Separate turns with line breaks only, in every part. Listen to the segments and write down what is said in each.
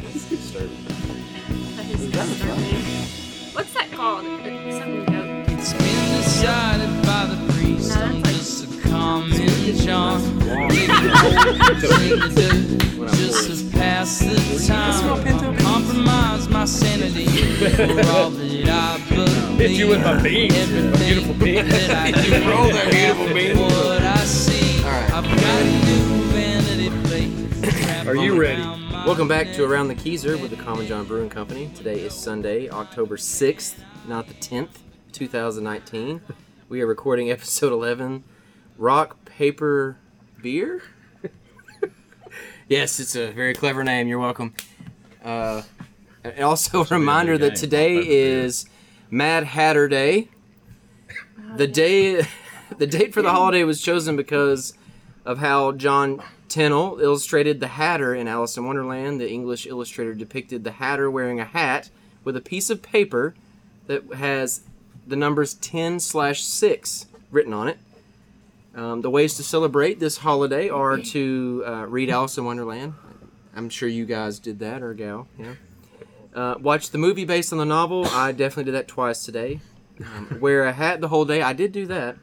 disturbing.
That is
Is that a
disturbing. What's that called? It's Some goat.
It's been decided by the priest.
No,
I'm
that's like-
just a common John.
Long
Dig a hole, dig a dirt, Just to pass the time. Compromise my sanity for all that I believe.
Hit you with my beans.
Everything
Beautiful beans.
that I do.
Roll that beautiful beans.
What I see.
Alright.
I've got a new vanity plate.
Are you ready?
Welcome back to Around the Keyser with the Common John Brewing Company. Today is Sunday, October 6th, not the 10th, 2019. We are recording episode 11 Rock, Paper, Beer? yes, it's a very clever name. You're welcome. Uh, and also, a reminder
good
that
game.
today
Rock, Paper, Beer.
is Mad Hatter Day. The day, the date for the holiday was chosen because of how John Tennell illustrated the Hatter in Alice in Wonderland. The English illustrator depicted the Hatter wearing a hat with a piece of paper that has the numbers 10 slash 6 written on it. Um, the ways to celebrate this holiday are to uh, read Alice in Wonderland. I'm sure you guys did that, or gal, yeah. Uh, watch the movie based on the novel. I definitely did that twice today. Um, wear a hat the whole day. I did do that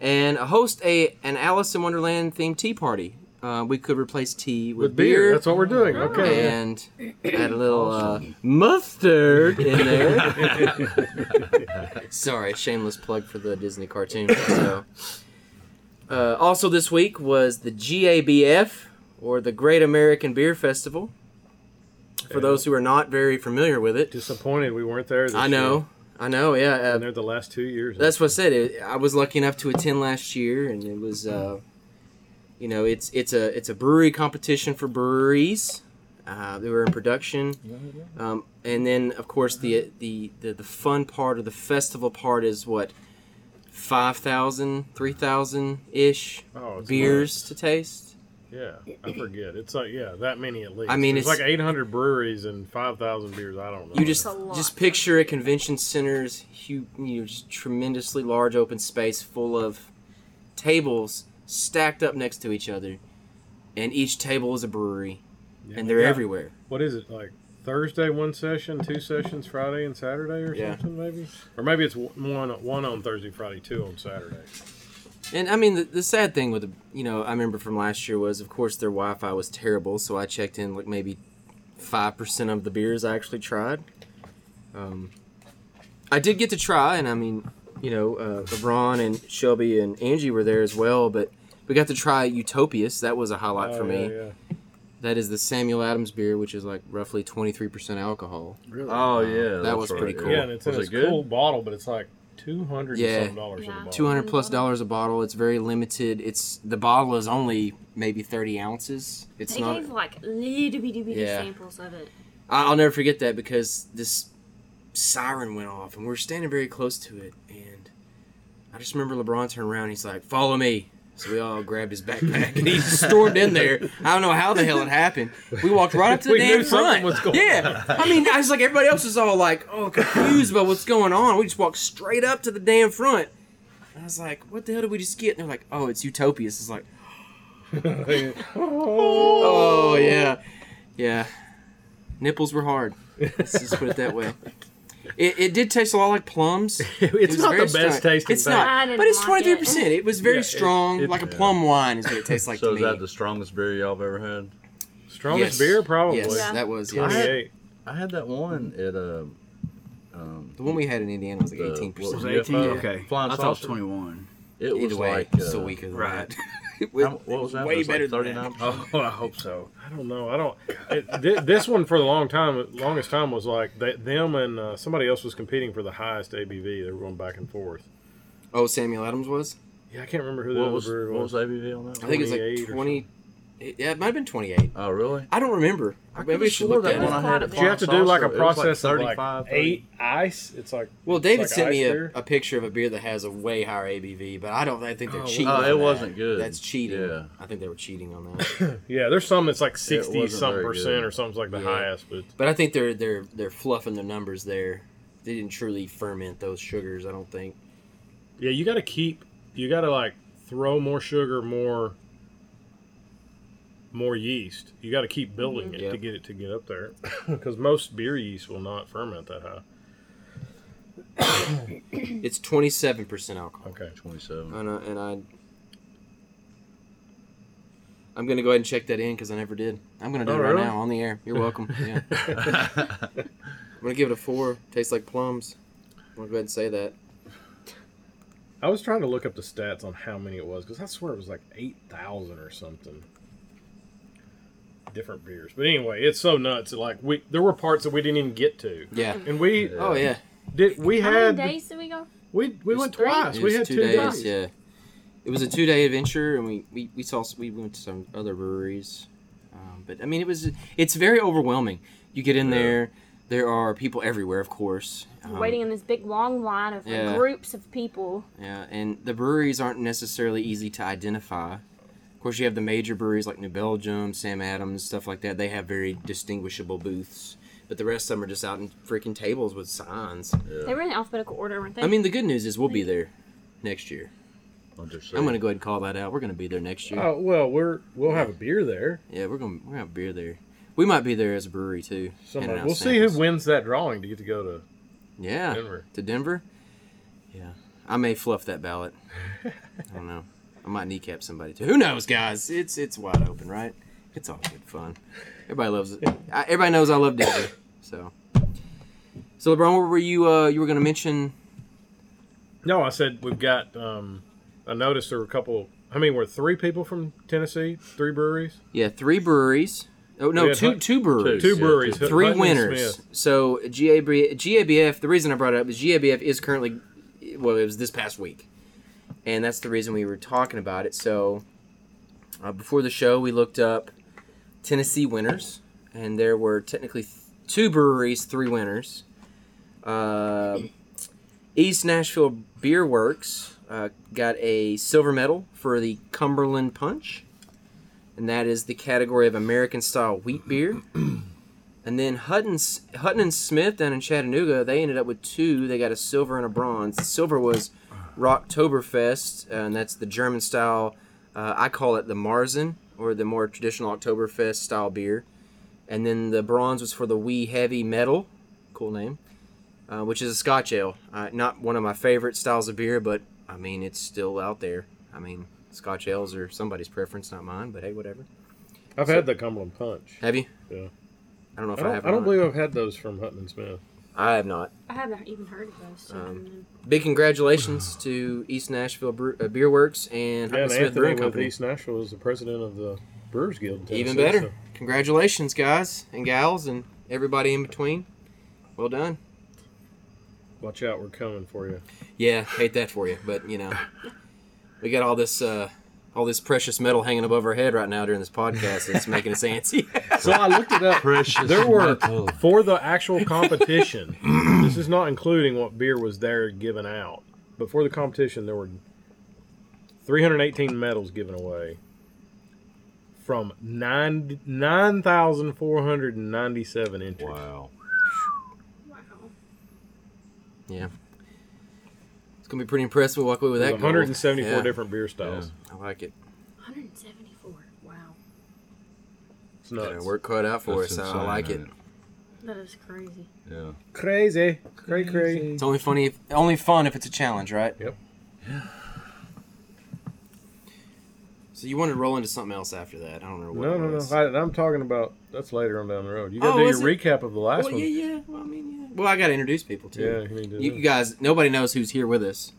and host a an Alice in Wonderland themed tea party. Uh, we could replace tea with,
With beer. That's what we're
Oh,
doing. Okay.
and add a little uh, mustard in there. Sorry, shameless plug for the Disney cartoon. So. Uh, also this week was the GABF or the Great American Beer Festival. For those who are not very familiar with it,
Disappointed we weren't there. This
I know,
Year.
I know, yeah. Uh,
Been there the last two years.
that's what I said. It, I was lucky enough to attend last year, and it was, uh, you know, it's it's a it's a brewery competition for breweries. Uh, they were in production, um, and then of course the, the the the fun part or the festival part is what 5,000, 3,000 ish
Oh, it's
beers to taste.
Yeah, I forget. It's like yeah, that many at least.
I mean,
it's
it's-
like 800 breweries and 5,000 beers. I don't know.
You just
That's a lot.
just picture a convention center's huge, you know, just tremendously large open space full of tables stacked up next to each other, and each table is a brewery,
Yeah,
and they're
we got-
everywhere.
What is it like? Thursday one session, two sessions Friday and Saturday or
Yeah.
something maybe, or maybe it's one one on Thursday, Friday, two on Saturday.
And I mean, the, the sad thing with the, you know, I remember from last year was, of course, their Wi-Fi was terrible, so I checked in like maybe five percent of the beers I actually tried. Um, I did get to try, and I mean, you know, uh, Ron and Shelby and Angie were there as well, but we got to try Utopias. That was a highlight
Oh,
for
yeah,
me.
yeah.
That is the Samuel Adams beer, which is like roughly twenty three percent alcohol.
Really? Oh yeah,
That
that's
was
right,
pretty
yeah.
cool.
Yeah, and it's in
was
this
it good?
cool bottle, but it's like two hundred
Yeah.
and something dollars
Yeah.
for the bottle.
Two hundred plus dollars a bottle. It's very limited. It's the bottle is only maybe thirty ounces. It's
They
not.
gave like little bitty bitty
Yeah.
samples of it.
I- I'll never forget that because this siren went off and we were standing very close to it. And I just remember LeBron turned around. And he's like, "Follow me." So we all grabbed his backpack and he stormed in there. I don't know how the hell it happened. We walked right up to the
We
damn
knew
front.
something was going
yeah, I mean, I was like, everybody else was all like, oh, confused about what's going on. We just walked straight up to the damn front. And I was like, what the hell did we just get? And they're like, oh, it's Utopias. It's like, Oh yeah, yeah. Nipples were hard. Let's just put it that way. It, it did taste a lot like plums. It
it's
was
not the
very
best
strong.
tasting
It's
thing.
I
not,
didn't
but it's
like
twenty
it.
three percent. It was very
Yeah, it-
strong,
it-
like a
yeah.
plum wine is what it tastes like
So
to
is
me.
that the strongest beer y'all have ever had?
Strongest
Yes.
beer probably.
yes,
Yeah.
that was
I
yes.
had-
28.
I had that one
Mm-hmm.
at uh, um,
the one we had in Indiana was like
the-
eighteen
what
was
percent.
it,
18?
UFO?
Okay.
Flying
I thought it was
saucer.
21.
It was
Either way,
like
still
uh,
weaker than
right.
that.
how- what was that?
Way
It was like
better than that.
39?
Oh, I hope so. I don't know. I don't. It, thi- this one for the long time, longest time was like they, them and uh, somebody else was competing for the highest ABV. They were going back and forth.
Oh, Samuel Adams was.
Yeah, I can't remember who the
What
other
was
brewery
what was
was.
ABV on that?
I
One?
think it was
28 or
like twenty. it- Yeah, it might have been twenty eight.
Oh really?
I don't remember. Maybe we should look
that
at
one
it.
I-
Did you have to do like a process of
like
like eight ice? It's like
Well, David
Like
sent me
ice
a,
beer?
a picture of a beer that has a way higher ABV, but I don't. I think they're
Oh,
cheating.
oh,
on
it
that.
wasn't good.
That's cheating.
Yeah.
I think they were cheating on that.
yeah. There's some that's like sixty
wasn't
something
very
percent
good.
or something's like the
Yeah.
highest, but
but I think they're they're they're fluffing their numbers there. They didn't truly ferment those sugars. I don't think.
Yeah, you got to keep. You got to like throw more sugar, more more yeast. You got to keep building it
Yeah.
to get it to get up there, because most beer yeast will not ferment that high.
It's 27% alcohol.
Okay.
27.
And I, and I I'm going to go ahead and check that in because I never did. I'm going to do
Oh,
it right
really?
now on the air. You're welcome. Yeah. I'm going to give it a four. Tastes like plums. I'm going to go ahead and say that.
I was trying to look up the stats on how many it was because I swear it was like eight thousand or something. Different beers, but anyway, it's so nuts. Like we, there were parts that we didn't even get to,
Yeah.
and we
Oh, yeah.
did. We
How
had
many days did we go?
we we went
three?
twice.
It
We
was
had two,
days.
days.
Yeah, it was a two-day adventure, and we we, we saw we went to some other breweries, um, but I mean it was it's very overwhelming. You get in there, there are people everywhere, of course. Um,
Waiting in this big long line of like,
yeah.
groups of people.
Yeah, and the breweries aren't necessarily easy to identify. Of course, you have the major breweries like New Belgium, Sam Adams, stuff like that. They have very distinguishable booths, but the rest of them are just out in freaking tables with signs.
They were in alphabetical order, weren't they?
I mean, the good news is we'll be there next year.
I'm just
I'm
saying.
gonna go ahead and call that out. We're gonna be there next year.
Oh well, we're we'll have a beer there.
Yeah, we're gonna we're gonna have beer there. We might be there as a brewery too.
Somebody,
handing out
we'll see who
samples.
wins that drawing to get to go to.
Yeah,
Denver.
to Denver. Yeah, I may fluff that ballot. I don't know. I might kneecap somebody too. Who knows, guys? It's it's wide open, right? It's all good fun. Everybody loves it. I, everybody knows I love Denver. So, so LeBron, what were you uh you were gonna mention?
No, I said we've got. Um, I noticed there were a couple. I mean, we're three people from Tennessee, three breweries,
Yeah, three breweries. Oh
We
no,
had
two
Hunt-
two breweries.
two
yeah,
breweries,
two.
three
Hutton and
winners.
Smith.
So GAB, GABF. The reason I brought it up is GABF is currently, well, it was this past week, and that's the reason we were talking about it. So uh, before the show, we looked up Tennessee winners, and there were technically th- two breweries, three winners. Uh, East Nashville Beer Works uh, got a silver medal for the Cumberland Punch, and that is the category of American style wheat beer. And then Hutton, Hutton and Smith down in Chattanooga, they ended up with two. They got a silver and a bronze. The silver was Rocktoberfest, uh, and that's the German style. Uh, I call it the Marzen, or the more traditional Oktoberfest style beer. And then the bronze was for the Wee Heavy Metal, cool name, uh, which is a Scotch ale. Uh, not one of my favorite styles of beer, but I mean, it's still out there. I mean, Scotch ales are somebody's preference, not mine, but hey, whatever.
I've had the Cumberland Punch.
Have you?
Yeah.
I don't know if
I
I,
don't,
have.
I
or
don't
not.
believe I've had those from Hutton and Smith.
I have not.
I haven't even heard of those. So I don't know.
Big congratulations to East Nashville Bre- uh, Beer Works and
Yeah,
Hunter
and
Smith
Anthony
Brewing
with
Company.
East Nashville is the president of the Brewers Guild. in
Even
Tennessee,
better.
so-
Congratulations, guys and gals, and everybody in between. Well done.
Watch out, we're coming for you.
Yeah, hate that for you, but you know, we got all this uh, all this precious metal hanging above our head right now during this podcast. It's making us antsy.
So I looked it up.
Precious
There were
metal.
for the actual competition. this is not including what beer was there given out. But for the competition, there were 318 medals given away from nine 9,497
Oh,
entries.
Wow.
Wow.
yeah, it's gonna be pretty impressive. We walk away with
There's
that. gold.
174
Yeah,
different beer styles.
I like it.
174. Wow.
It's
Got
nuts.
our work cut out for
That's
us. I
insane,
like it.
ain't
That is crazy.
it? Yeah.
Crazy. Cray cray.
It's only funny if only fun if it's a challenge, right?
Yep.
So you wanted to roll into something else after that? I don't know what.
No,
it
no, no.
was.
I, I'm talking about that's later on down the road. You
Oh,
got to
is
do your recap of the last
Well,
one.
yeah, yeah. Well, I mean, yeah. Well, I got to introduce people too.
Yeah, you need to
You,
do
you guys, nobody knows who's here with us.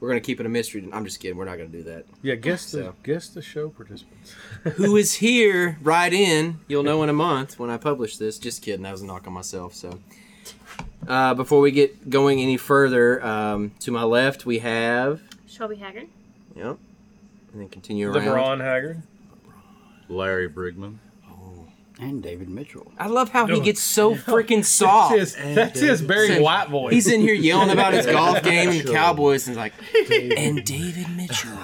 We're gonna keep it a mystery. I'm just kidding. We're not gonna do that.
Yeah, guess the
So.
guess the show participants.
Who is here? Right in. You'll know in a month when I publish this. Just kidding. That was a knock on myself. So, uh, before we get going any further, um, to my left we have.
Shelby Haggard.
Yep. And then continue around.
LeBron Haggard.
Larry Brigman.
And David Mitchell.
I love how he gets so freaking soft.
That's his, that's his Barry
Said-
White voice.
He's in here yelling about his golf game and the Cowboys, and he's like, and David Mitchell,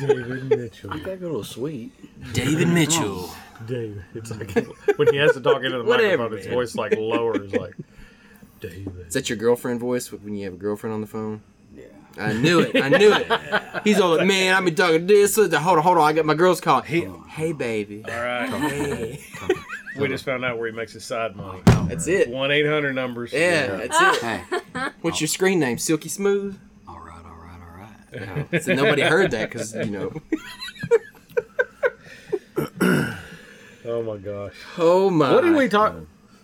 David Mitchell.
You gotta go to a suite.
David Mitchell.
Oh.
David. It's like when he has to talk into the
Whatever,
microphone, his
man.
voice like lowers. Like David.
Is that your girlfriend voice when you have a girlfriend on the phone?
Yeah.
I knew it. I knew it. He's all like, man, I've been talking this. this, that." Hold on, hold on. I got my girls calling. Oh. Hey, baby.
All right. We just found out where he makes his side money.
That's Oh, it. Yeah,
One eight hundred numbers.
that's it.
Hey.
What's your screen name? Silky Smooth?
All right, all right, all right.
So nobody heard that because, you know.
Oh my gosh.
Oh, my.
What did we talk?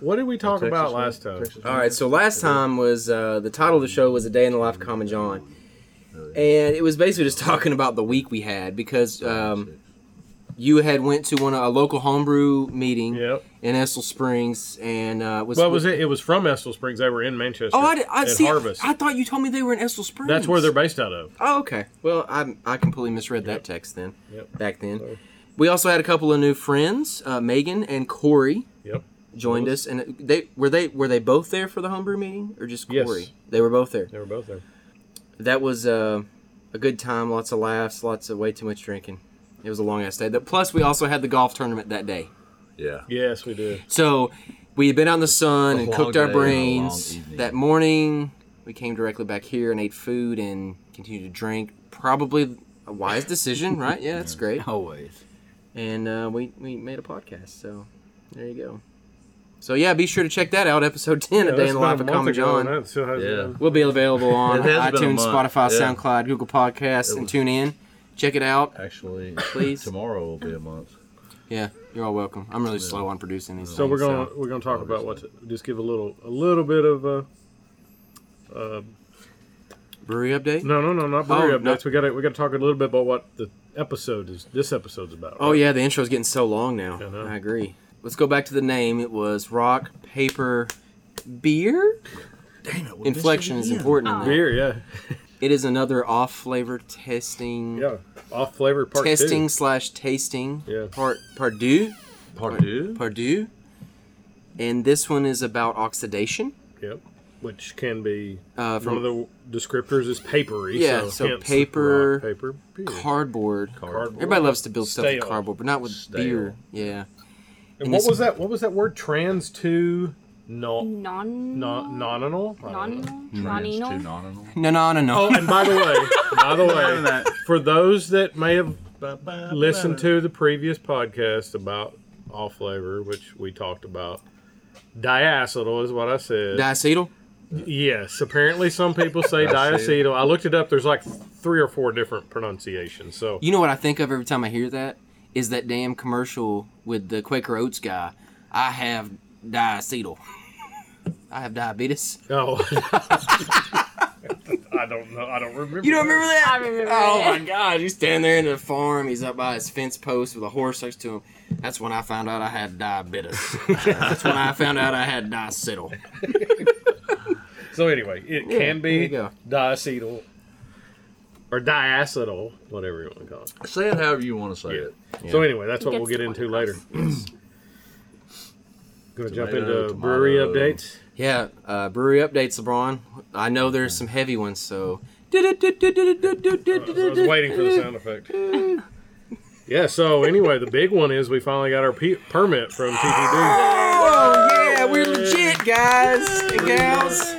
What did we talk
Texas
about
one?
last time?
Texas
All
one?
right, so last time was uh, the title of the show was A Day in the Life of Common John. And it was basically just talking about the week we had because um, you had went to one a local homebrew meeting
Yep.
in Estill Springs and uh, was
Well, was it? It was from Estill Springs. They were in Manchester.
Oh, I, did- I
at
see.
Harvest.
I thought you told me they were in Estill Springs.
That's where they're based out of.
Oh, okay. Well, I I completely misread that text then.
Yep.
Back then,
Sorry.
we also had a couple of new friends, uh, Megan and Corey.
Yep.
Joined us, and uh, they were they were they both there for the homebrew meeting, or just
Yes.
Corey? They were both there.
They were both there.
that was uh, a good time. Lots of laughs. Lots of way too much drinking. It was a long ass day. That- Plus, we also had the golf tournament that day.
Yeah.
Yes, we did.
So we had been out in the sun
A
and
long
cooked our
day and a long
brains.
evening.
That morning, we came directly back here and ate food and continued to drink. Probably a wise decision, right? Yeah, that's great.
Always.
And uh, we we made a podcast. So there you go. So yeah, be sure to check that out. Episode ten
Yeah,
of Day
that's
in the
about
Life
a
of
month
Common
ago,
John.
and that still hasn't
Yeah.
been-
Will be available on
It has been a
iTunes,
month,
Spotify,
yeah.
SoundCloud, Google Podcasts,
It
and
was-
tune in. Check it out.
Actually,
Please.
tomorrow will be a month.
Yeah, you're all welcome. I'm really slow on producing these.
So we're
things,
gonna we're gonna talk about what to, just give a little a little bit of uh, uh
brewery update.
no no no not brewery
Oh,
updates.
no.
We gotta we gotta talk a little bit about what the episode is this episode's about.
Oh
right?
yeah, the intro's getting so long now.
I know.
I, agree. Let's go back to the name. It was rock paper beer.
Dang it.
Inflection is important. In there.
Beer, yeah.
It is another off flavor testing.
Yeah. Off flavor part two.
Testing slash tasting.
Yeah.
Part Pardue.
Part two.
Pardue. And this one is about oxidation.
Yep. Which can be
Uh, from
one of the descriptors is papery.
Yeah,
So,
so
hence the
paper-
rock paper. beer.
cardboard.
Cardboard.
Everybody loves to build stuff
Stale.
with cardboard, but not with
Stale.
beer. Yeah.
And
And
what
this-
was that? What was that word? Trans to no
Non.
non noninal. I don't know.
Non.
Trans two
Noninal.
noninal.
No, no, no, no.
Oh, and by the way, by the way, for those that may have listened to the previous podcast about all flavor, which we talked about. Diacetyl is what I said.
Diacetyl.
yes, apparently some people say
Diacetyl.
diacetyl. I looked it up. There's like three or four different pronunciations. So
You know what I think of every time I hear that is that damn commercial with the Quaker Oats guy. I have diacetyl. I have diabetes.
Oh. I don't know. I don't remember.
You don't remember that?
I remember
Oh
that.
my God! He's standing there in the farm. He's up by his fence post with a horse next to him. That's when I found out I had diabetes. That's when I found out I had diacetyl.
So anyway, it
Yeah,
can
there
be
you go.
diacetyl or diacetyl, whatever you want to call it.
Say it however you want to say
Yeah.
it.
So anyway, that's what
Gets
we'll get
the
into
point
later. Going to jump
Tomato,
into brewery
tomato.
updates.
Yeah, uh, brewery updates, LeBron. I know there's some heavy ones, so. I
I was waiting for the sound effect. Yeah. So anyway, the big one is we finally got our pe- permit from TPD.
Oh yeah, we're legit, guys and gals.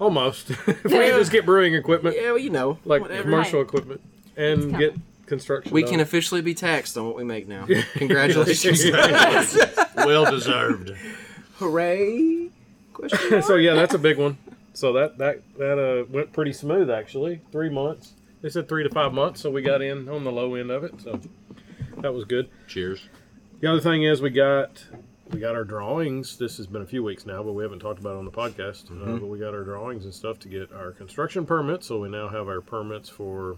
Almost. if we could just get brewing equipment,
Yeah, well, you know,
like
whatever.
commercial equipment, and get construction.
We
done.
can officially be taxed on what we make now. Congratulations!
Well deserved.
Hooray! Question mark?
so yeah, that's a big one. So that that that uh, went pretty smooth actually. Three months. They said three to five months, so we got in on the low end of it. So that was good.
Cheers.
The other thing is we got we got our drawings. This has been a few weeks now, but we haven't talked about it on the podcast. Uh, but we got our drawings and stuff to get our construction permits. So we now have our permits for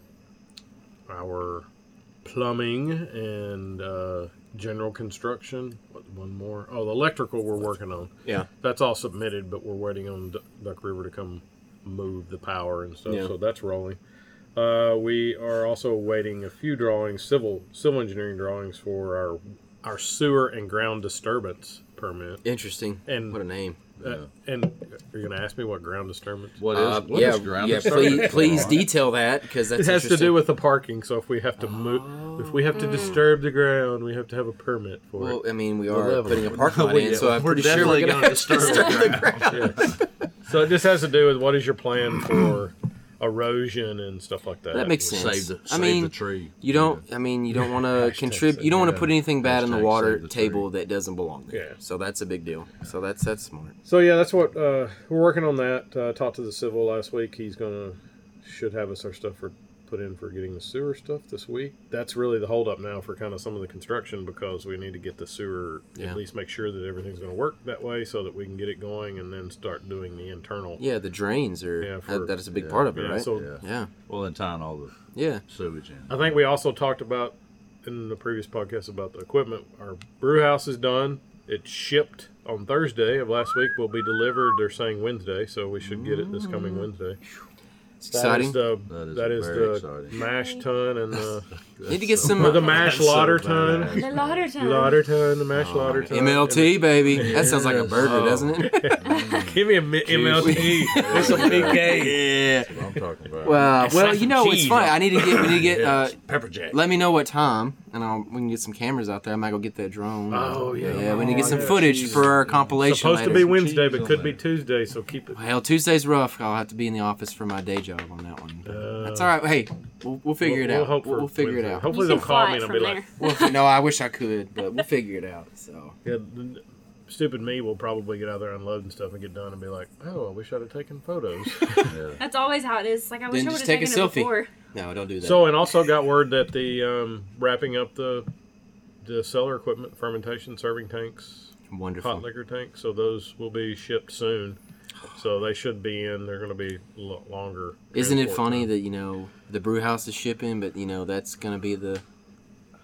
our plumbing and uh, general construction. What, one more. Oh, the electrical we're working on.
Yeah.
That's all submitted, but we're waiting on Du- Duck River to come move the power and stuff.
Yeah.
So that's rolling. Uh, we are also waiting a few drawings, civil civil engineering drawings for our our sewer and ground disturbance permit.
Interesting.
And-
what a name.
Uh, and you're going to ask me what ground disturbance?
What is?
Uh,
what
yeah,
is ground
yeah.
disturbance?
Please, please detail that because that's
It has to
interesting.
do with the parking. So if we have to move, if we have to disturb the ground, we have to have a permit for
Well,
it.
I mean, we
Well,
are
that
putting a
was-
parking
Oh,
lot
we-
in, so I'm
we're
pretty sure
definitely
we're gonna
gonna disturb the
disturb the ground.
So it just has to do with what is your plan for erosion and stuff like that.
That makes sense.
Save the,
I
save the
mean,
tree.
You don't. I mean, you don't want to
Hashtag
contribute.
save
You don't want
the-
to put anything bad in the
hashtag
water
save the
table that doesn't belong there.
Yeah.
So that's a big deal. So that's that's smart.
So yeah, that's what uh, we're working on. That uh, talked to the civil last week. He's gonna should have us our stuff for put in for getting the sewer stuff this week. That's really the holdup now for kind of some of the construction because we need to get the sewer
Yeah.
at least make sure that everything's gonna work that way so that we can get it going and then start doing the internal.
Yeah, the drains are.
Yeah,
that-
for-
that is a big
yeah,
part of it,
yeah,
right?
so-
Yeah.
yeah.
Well, then tying all the
Yeah.
sewage in.
I think we also talked about in the previous podcast about the equipment. Our brew house is done. It's shipped on Thursday of last week. Will be delivered. They're saying Wednesday, so we should get it this
Mm.
coming Wednesday.
It's
That is
exciting.
the
That is
that is
very
the
exciting.
mash ton and the
Need to get some
or the
uh,
mash
That's so
lauder
badass. Oh,
ton,
The lauder time.
lauder ton, the mash lauder ton.
MLT, baby. That sounds like a
Yes.
burger,
Oh.
doesn't it?
Give me a mi- MLT. It's a big game.
yeah.
That's what I'm talking about.
Well, well,
like
you know, it's
cheese.
funny. I need to get. We need to get.
Yeah,
Uh,
pepper jack.
let me know what time, and I'll, we can get some cameras out there. I might go get that drone.
Oh, yeah.
Yeah, we need to get
Oh,
some
yeah,
footage
geez.
for our compilation.
Supposed to
later.
be Wednesday, but
cheese
could
on
be
there.
Tuesday. So keep it.
Hell, Tuesday's rough. I'll have to be in the office for my day job on that one. That's all right. Hey, we'll, we'll figure it
We'll- we'll
out.
hope
We'll,
for
we'll figure it
Wednesday.
out.
You
Hopefully
can
they'll call
fly
me and
it
I'll be
from
like,
there.
We'll fi- no, I wish I could, but we'll figure it out. So
Yeah, the- stupid me will probably get out there, unload and stuff, and get done, and be like, "Oh, I wish I'd have taken photos."
That's always how it is. Like I wish
Then
I would
just
have
take a
taken
selfie.
it before.
no, don't do that.
so, and also got word that the um, wrapping up the the cellar equipment, fermentation, serving tanks, hot
Wonderful.
liquor tanks. So those will be shipped soon. So they should be in. They're going to be lo- longer.
Isn't it
transport
funny
time.
that you know the brew house is shipping, but you know that's gonna be the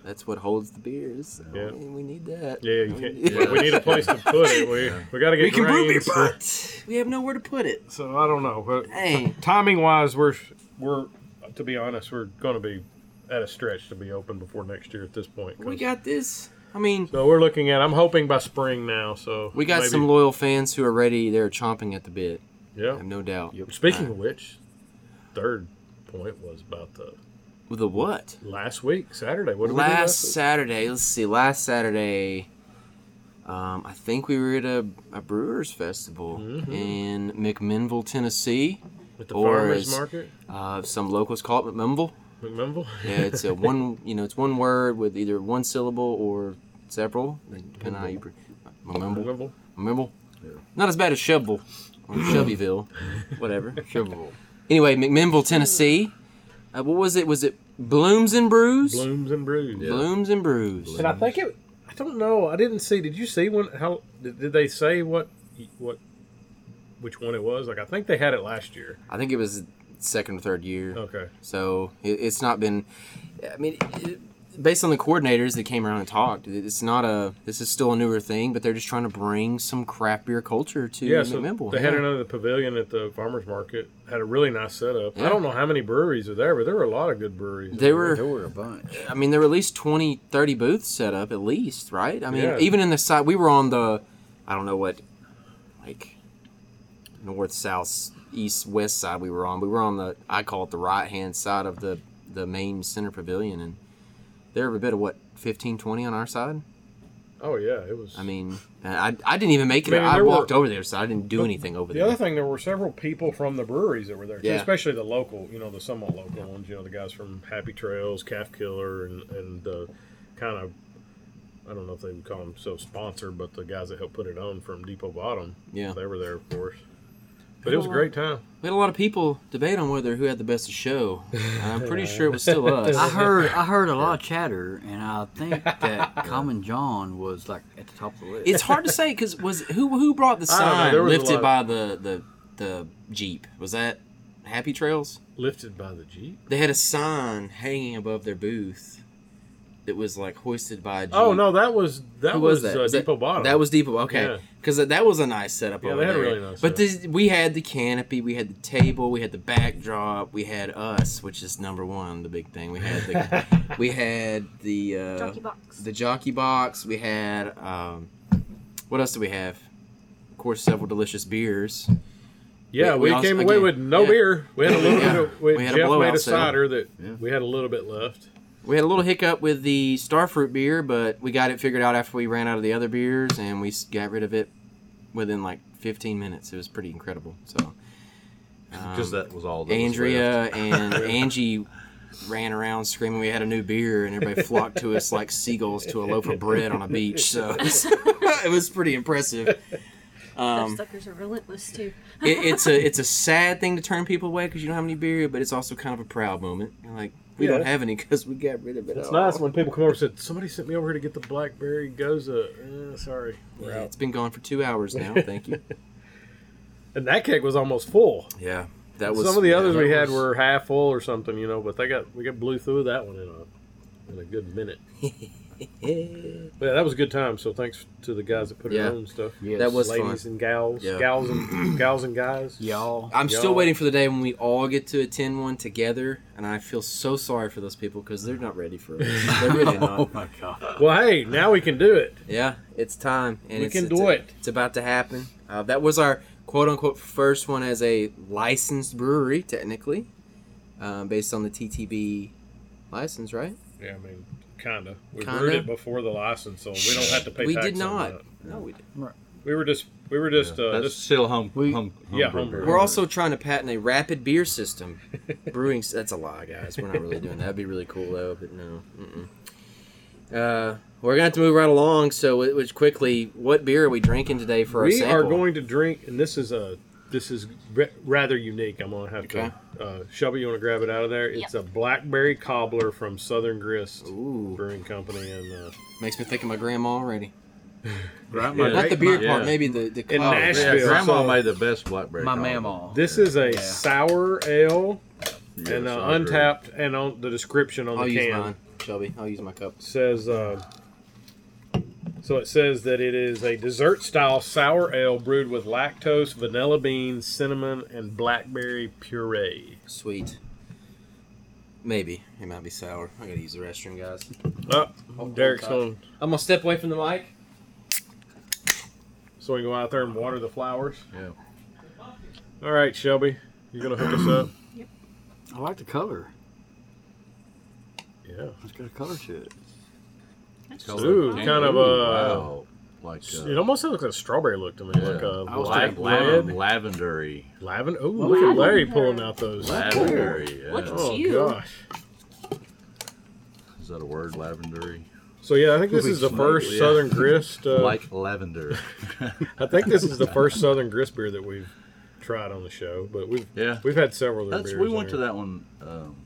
that's what holds the beers. So,
Yeah.
I mean, we need that.
Yeah, you can't, yeah, we need a place to put it. We we got to get
We can brew beer,
grains.
but we have nowhere to put it.
So I don't know, but
Dang.
timing wise, we're we're to be honest, we're going to be at a stretch to be open before next year at this point. 'cause-
We got this. I mean,
so we're looking at. I'm hoping by spring now. So
we got
maybe-
some loyal fans who are ready. They're chomping at the bit. I
Yeah.
have no doubt. Uh,
Speaking of which, third point was about the
With the what?
last week Saturday. What did we do
last
last? week?
Saturday, let's see, last Saturday, um, I think we were at a, a Brewers Festival
Mm-hmm.
in McMinnville, Tennessee.
At the
or
farmers
is-
market,
Uh, some locals call it McMinnville.
McMinnville.
Yeah, it's a one, you know, it's one word with either one syllable or several, depending on how you pre- McMinnville.
McMinnville.
McMinnville. Not as bad as Shovel or Shelbyville, whatever. Anyway, McMinnville, Tennessee. Uh, what was it? Was it Blooms and Brews?
Blooms and brews.
Blooms and Brews.
And I think it. I don't know. I didn't see. Did you see when? How did, did they say what? What? Which one it was? Like I think they had it last year.
I think it was second or third year.
Okay.
So it, it's not been. I mean, it, based on the coordinators that came around and talked, it- it's not a. This is still a newer thing, but they're just trying to bring some craft beer culture to
Yeah. So
McMinnville.
they had
Yeah.
it under the pavilion at the farmers market. Had a really nice setup.
Yeah.
I don't know how many breweries are there, but there were a lot of good breweries.
They
There
were.
were a bunch.
I mean, there were at least 20, 30 booths set up at least, right? I mean,
Yeah.
even in the side, we were on the. I don't know what, like, north, south, east, west side we were on. We were on the. I call it the right hand side of the the main center pavilion, and there were a bit of what 15, 20 on our side.
Oh yeah, it was.
I mean, I, I didn't even make it.
Man,
I
there
walked
were-
over there, so I didn't do anything over
the
there.
other thing, there were several people from the breweries that were there, too,
Yeah.
especially the local, you know, the somewhat local ones. You know, the guys from Happy Trails, Calf Killer, and and the kind of. I don't know if they would call themselves sponsor, but the guys that helped put it on from Depot Bottom,
yeah,
They were there, of course. But it was a great time.
we had a lot of people debate on whether who had the best of show. I'm pretty sure it was still us.
I heard I heard a lot of chatter, and I think that Common John was like at the top of the list.
It's hard to say because was who who brought the
I don't know,
sign
there was a
lifted by
lot
the, the the jeep? Was that Happy Trails?
Lifted by the Jeep?
They had a sign hanging above their booth that was like hoisted by a jeep.
Oh, no, that was that
Who
was,
was that?
Uh,
Was that-
Depot Bottom.
That was Depot. Okay,
Yeah.
because that was a nice setup.
Yeah,
over
they had a
there.
really nice
But this, we had the canopy, we had the table, we had the backdrop, we had us, which is number one, the big thing. We had the we had the uh,
Jockey box.
the jockey box. We had um, what else did we have? Of course, several delicious beers.
yeah. We,
we- we also-
came away
again,
with no
yeah.
beer. We had a little
Yeah.
bit of we,
We had a
Jeff made
blowout
a
sale.
cider that
Yeah.
we had a little bit left.
We had a little hiccup with the starfruit beer, but we got it figured out after we ran out of the other beers, and we s- got rid of it within like 15 minutes. It was pretty incredible. So, um,
Because that was all. That was left.
Andrea and Angie ran around screaming we had a new beer, and everybody flocked to us like seagulls to a loaf of bread on a beach. So it was, it was pretty impressive. um,
Those suckers are relentless too.
It, it's a it's a sad thing to turn people away because you don't have any beer, but it's also kind of a proud moment. You're like we don't
Yeah.
have any because we got rid of it.
It's
all.
nice when people come over and said, "Somebody sent me over here to get the blackberry goza." Eh, sorry, we're
Yeah,
out.
it's been gone for two hours now. Thank you.
And that cake was almost full.
Yeah, that was
Some of the
yeah,
others
that
we had
was-
were half full or something, you know. But they got we got blew through that one in a in a good minute. But yeah, that was a good time. So thanks to the guys that put
Yeah.
it on and stuff.
Yes.
That was-
ladies and gals,
Yeah.
gals and gals and guys.
y'all.
I'm still
Y'all-
waiting for the day when we all get to attend one together, and I feel so sorry for those people because they're not ready for us. They're really
Oh
not.
my god.
Well, hey, now we can do it.
Yeah, it's time, and
We
it's,
can
it's-
do it.
It's about to happen. Uh, that was our quote unquote first one as a licensed brewery, technically, um, based on the TTB license, right?
Yeah, I mean, kinda. We
Kinda.
brewed it before the license, so we don't have to pay.
we
tax
did
on
not.
that.
No, we did.
We were just we were just uh,
That's
just
still home.
We-
home, home
Yeah,
brew
home
beer.
We're also trying to patent a rapid beer system. Brewing, s- that's a lie, guys. We're not really doing that. That'd be really cool, though, but no. Mm-mm. Uh, we're going to have to move right along, so wh- which quickly, what beer are we drinking today for our
we
sample?
are going to drink, and this is a this is re- rather unique. I'm gonna have to uh, Shelby. You want to grab it out of there? It's a blackberry cobbler from Southern Grist
Ooh.
Brewing Company, and uh,
Makes me think of my grandma already.
Right,
Yeah.
my
Not the
great-
beer
my-
part,
yeah.
maybe the, the
In
cloud.
Yeah,
Nashville.
Yeah.
grandma
So-
made the best blackberry.
My
cobbler.
mamaw.
this is a sour ale
Yes,
and uh,
I agree.
untapped. And on the description on
I'll
the
use
can
mine, Shelby. I'll use my cup.
says. Uh, so it says that it is a dessert style sour ale brewed with lactose, vanilla beans, cinnamon, and blackberry puree.
Sweet. Maybe. It might be sour. I gotta use the restroom, guys.
Oh,
Oh,
Derek's
okay.
going
I'm gonna step away from the mic.
So we can go out there and water the flowers.
Yeah.
All right, Shelby, you're gonna hook us up.
I like the color.
Yeah.
It's got a color to it.
Ooh,
Ooh,
kind of a.
wow. like uh,
It almost looks like a strawberry look to me,
yeah.
like a
I was
light
thinking
red,
lemon.
lavendery,
lavender. Ooh, look at Larry
Lavender.
pulling out those.
lavendery. Yeah.
What is-
Oh
You.
gosh.
Is that a word? Lavendery,
So yeah, I think this
Ooh,
is the
yeah.
first Southern Grist. Uh,
like lavender.
I think this is the first Southern Grist beer that we've tried on the show, but we've
Yeah.
we've had several. Of their
That's
beers
we
in
went to
here.
that one. Um,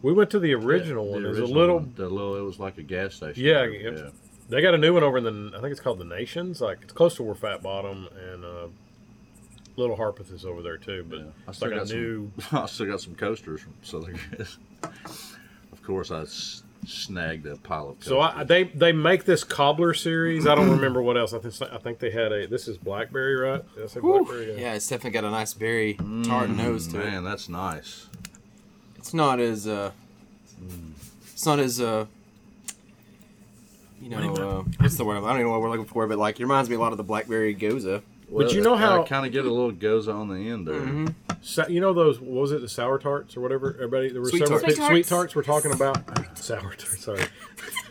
We went to the original
yeah,
one.
the
There's
original
a little.
one, the little. It was like a gas station.
Yeah, yep. They got a new one over in the. I think it's called the Nations. Like it's close to where Fat Bottom and uh, Little Harpeth is over there too. But
Yeah. I
it's
still
like a
got some.
new.
I still got some coasters from Southern Grist. of course, I s- snagged a pile of. Coasters.
So I, they they make this cobbler series. I don't remember what else. I think I think they had a. This is blackberry, right? Did I say blackberry?
Yeah, it's definitely got a nice berry tart nose to it.
man, that's nice.
It's not as uh, it's not as uh, you know, uh, what's the word? I don't even know what we're looking for, but like, it reminds me a lot of the blackberry goza.
Well,
you know how-
I kind of get a little goes on the end there.
Sa- you know those? What was it? The sour tarts or whatever? Everybody there were
Sweet
several
tarts.
pi- sweet tarts. We're talking about sour tarts. Sorry,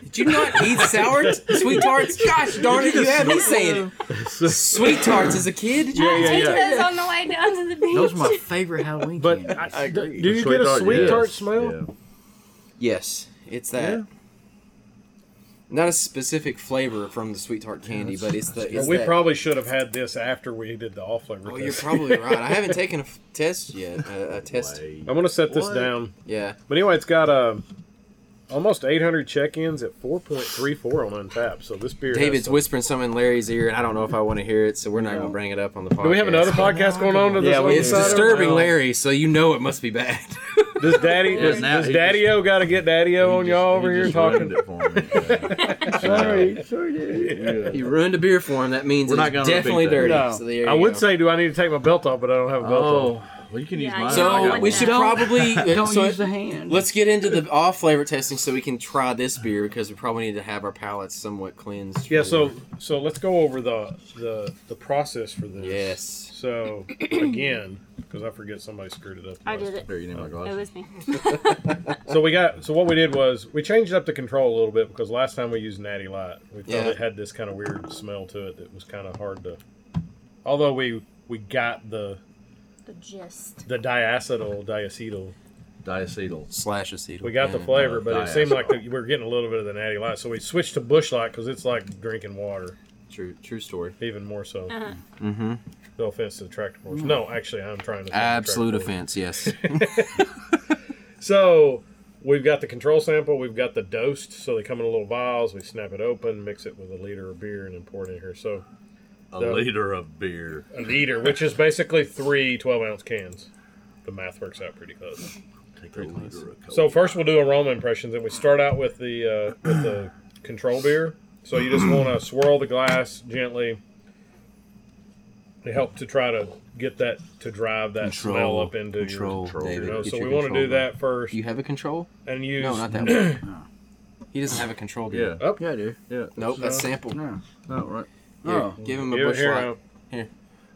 Did you not eat sour t- sweet tarts? Gosh darn it, you had me saying it. sweet tarts as a kid. Did you?
Yeah, yeah,
Take
yeah.
those on the way down to the beach.
Those are my favorite Halloween
but
candies.
I,
I agree.
do you
Sweet
get a
tart,
sweet
yes.
tart smell?
Yeah.
Yes, it's that. Not a specific flavor from the sweet tart candy, but it's the. It's
we
that-
probably should have had this after we did the all flavor.
Oh, you're probably right. I haven't taken a f- test yet. A, a test.
Way.
I'm gonna set this
What?
down.
Yeah.
But anyway, it's got um, almost 800 check-ins at 4.34 on Untapped. So this beer. has
David's
some-
whispering something in Larry's ear, and I don't know if I want to hear it, so we're not going to bring it up on the podcast.
Do we have another podcast going on? To this
Yeah, well,
one
it's
side over?
disturbing
Well,
Larry, so you know it must be bad.
Does Daddy, does,
now
does
he
Daddy O got to get Daddy O on
He
y'all
just-
over
he
here
just
talking?
ruined it for me. Yeah.
Sorry,
you ruined a beer for him. That means
We're
it's
not gonna repeat
definitely
that.
dirty.
No.
So there
I
you
would
go.
say, do I need to take my belt off? But I don't have a belt on.
Oh, well, you can use
Yeah, I
mine. I
So
got
we
one.
should
Don't-
probably
Don't
so
use the hand.
let's get into the off flavor testing so we can try this beer because we probably need to have our palates somewhat cleansed.
Yeah.
for-
So so let's go over the the the process for this.
yes,
So again, because I forget somebody screwed it up.
I did it.
Here, you need my
It
glasses.
was me.
So we got. So what we did was we changed up the control a little bit because last time we used Natty Light, we thought
Yeah.
it had this kind of weird smell to it that was kind of hard to. Although we we got the
The gist.
the diacetyl, diacetyl.
Diacetyl.
Slash acetyl.
We got the flavor, but it seemed
Diacetyl.
like that we were getting a little bit of the natty light. So we switched to Bush Light because it's like drinking water,
True, true story.
even more so.
Mm-hmm.
No offense to the tractor force. No, actually, I'm trying to.
Absolute
offense.
offense, yes.
So we've got the control sample, we've got the dosed, so they come in little vials. We snap it open, mix it with a liter of beer, and then pour it in here. So
A
No.
liter of beer.
a liter, which is basically three 12 ounce cans. The math works out pretty close.
Take a liter of Coke.
So first we'll do aroma impressions, and we start out with the uh, with the control beer. So you just want to swirl the glass gently. To help to try to get that to drive that
Control,
smell up into
control,
your,
David,
you know,
get
so
your
we want to
control
do that first,
You have a control?
and use
No, not that one. He doesn't have a control. do you?
Yeah.
Up.
Yeah, I do. Yeah.
Nope, that's sample.
No.
Oh, right.
Here,
Oh.
give him a
Here-
bush
here,
light.
uh,
Here.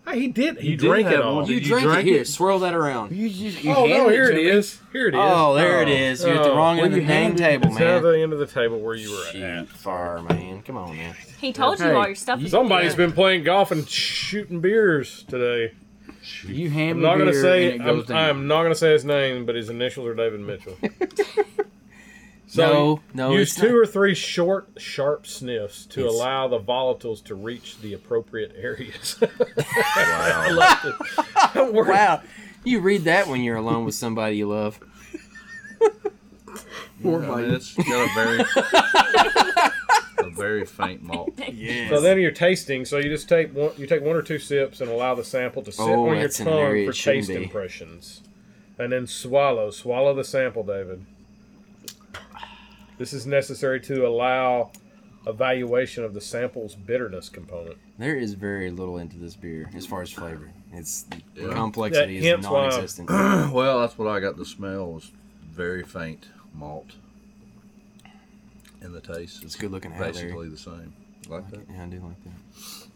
Hey, he did. He
You did
drank
have
it all.
one,
You
Did you
drank it
drink
here.
it?
Swirl that around.
You just you
oh no!
handed
Here it
to me.
is. Here it is.
Oh, there it is. You're at the
Oh,
wrong
well,
end of
you
the dang
handed-
table,
it's at
man.
the end of the table where you were at.
Shoot, far, man. Come on, man.
He told you
Hey,
all your stuff. was
Somebody's
there.
been playing golf and shooting beers today.
You hand
I'm
me
not gonna
beer
say.
and it
I'm,
goes down.
I'm not gonna say his name, but his initials are David Mitchell.
No, no,
Use
it's
two
not.
or three short, sharp sniffs to
It's-
allow the volatiles to reach the appropriate areas.
Wow.
Don't worry.
Wow. You read that when you're alone with somebody you love.
I mean, it's got a very, a very faint malt.
So then you're tasting. So you just take one. You take one or two sips and allow the sample to sit
Oh,
on your
that's in an area
tongue for
it shouldn't
taste
be.
impressions, and then swallow. Swallow the sample, David. This is necessary to allow evaluation of the sample's bitterness component.
There is very little into this beer as far as flavor. It's the
Yeah.
complexity
Yeah,
is
hence why-
non-existent.
Well, that's what I got. The smell was very faint malt, and the taste
It's
is
a good looking hat, Larry.
basically the same. Like that?
Yeah, I do like that.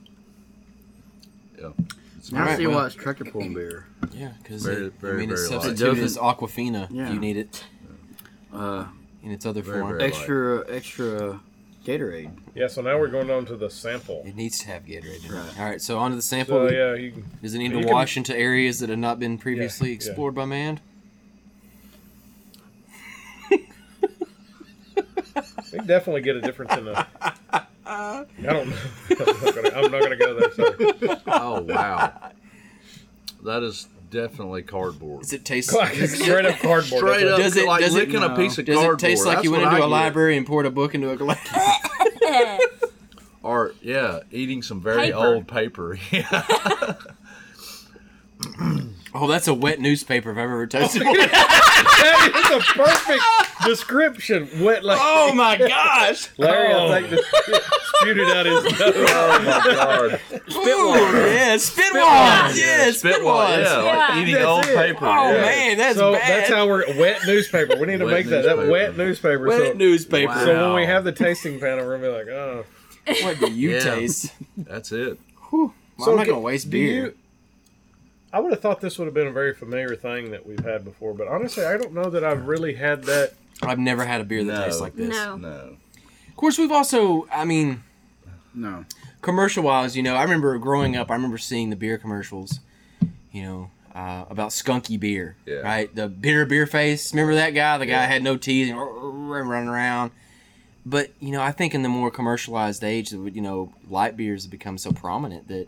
Yeah. It's
Now I
Alright,
see
well-
why it's tractor pulling beer.
Yeah, because
Very,
I
very,
mean, it's
very light.
substituted
It
as Aquafina if
Yeah.
you need it
Uh,
in its other
Very,
form.
very-
extra, extra Gatorade.
Yeah. So now we're going on to the sample.
It needs to have Gatorade in it.
Right.
All right, so onto the sample.
So yeah, you,
Does it need
You
to
can-
wash into areas that have not been previously
yeah.
explored by man?
you can definitely get a difference in the. I don't know. I'm not gonna, I'm not gonna go there. Sorry.
Oh wow, that is definitely cardboard.
Does it taste?
Like, straight up cardboard.
Straight up,
Does it-
like
does it-
licking a
no.
piece of
does
cardboard.
it taste like
That's
you went
what
into
I
a
get.
library and poured a book into a glass?
Or yeah, eating some very
Paper.
old paper. Yeah.
oh, that's a wet newspaper if I've
Oh,
ever tasted. one.
That is a perfect description. Wet like
oh my gosh!
Larry, I think the spewed it out his nose.
oh my god.
Ooh, yeah, spit wads. Yeah, spit wads.
Yeah, like
Yeah.
eating
That's
old
it.
paper.
Oh
yeah.
man, that's
so
bad.
that's how we're wet newspaper. We need to
Wet
make that that
newspaper.
wet newspaper.
wet
so,
newspaper.
so when we have the tasting panel, we're gonna be like, oh.
What do you
Yeah.
taste?
That's it.
Well, I'm not gonna waste
do
beer.
you- I would have thought this would have been a very familiar thing that we've had before, but honestly, I don't know that I've really had that.
I've never had a beer that
No.
tastes like this.
No.
No.
Of course, we've also, I mean,
No.
commercial wise, you know, I remember growing up, I remember seeing the beer commercials, you know, uh, about skunky beer,
Yeah.
right? The bitter beer face. Remember that guy? The guy had no teeth and running around. But you know, I think in the more commercialized age, you know, light beers have become so prominent that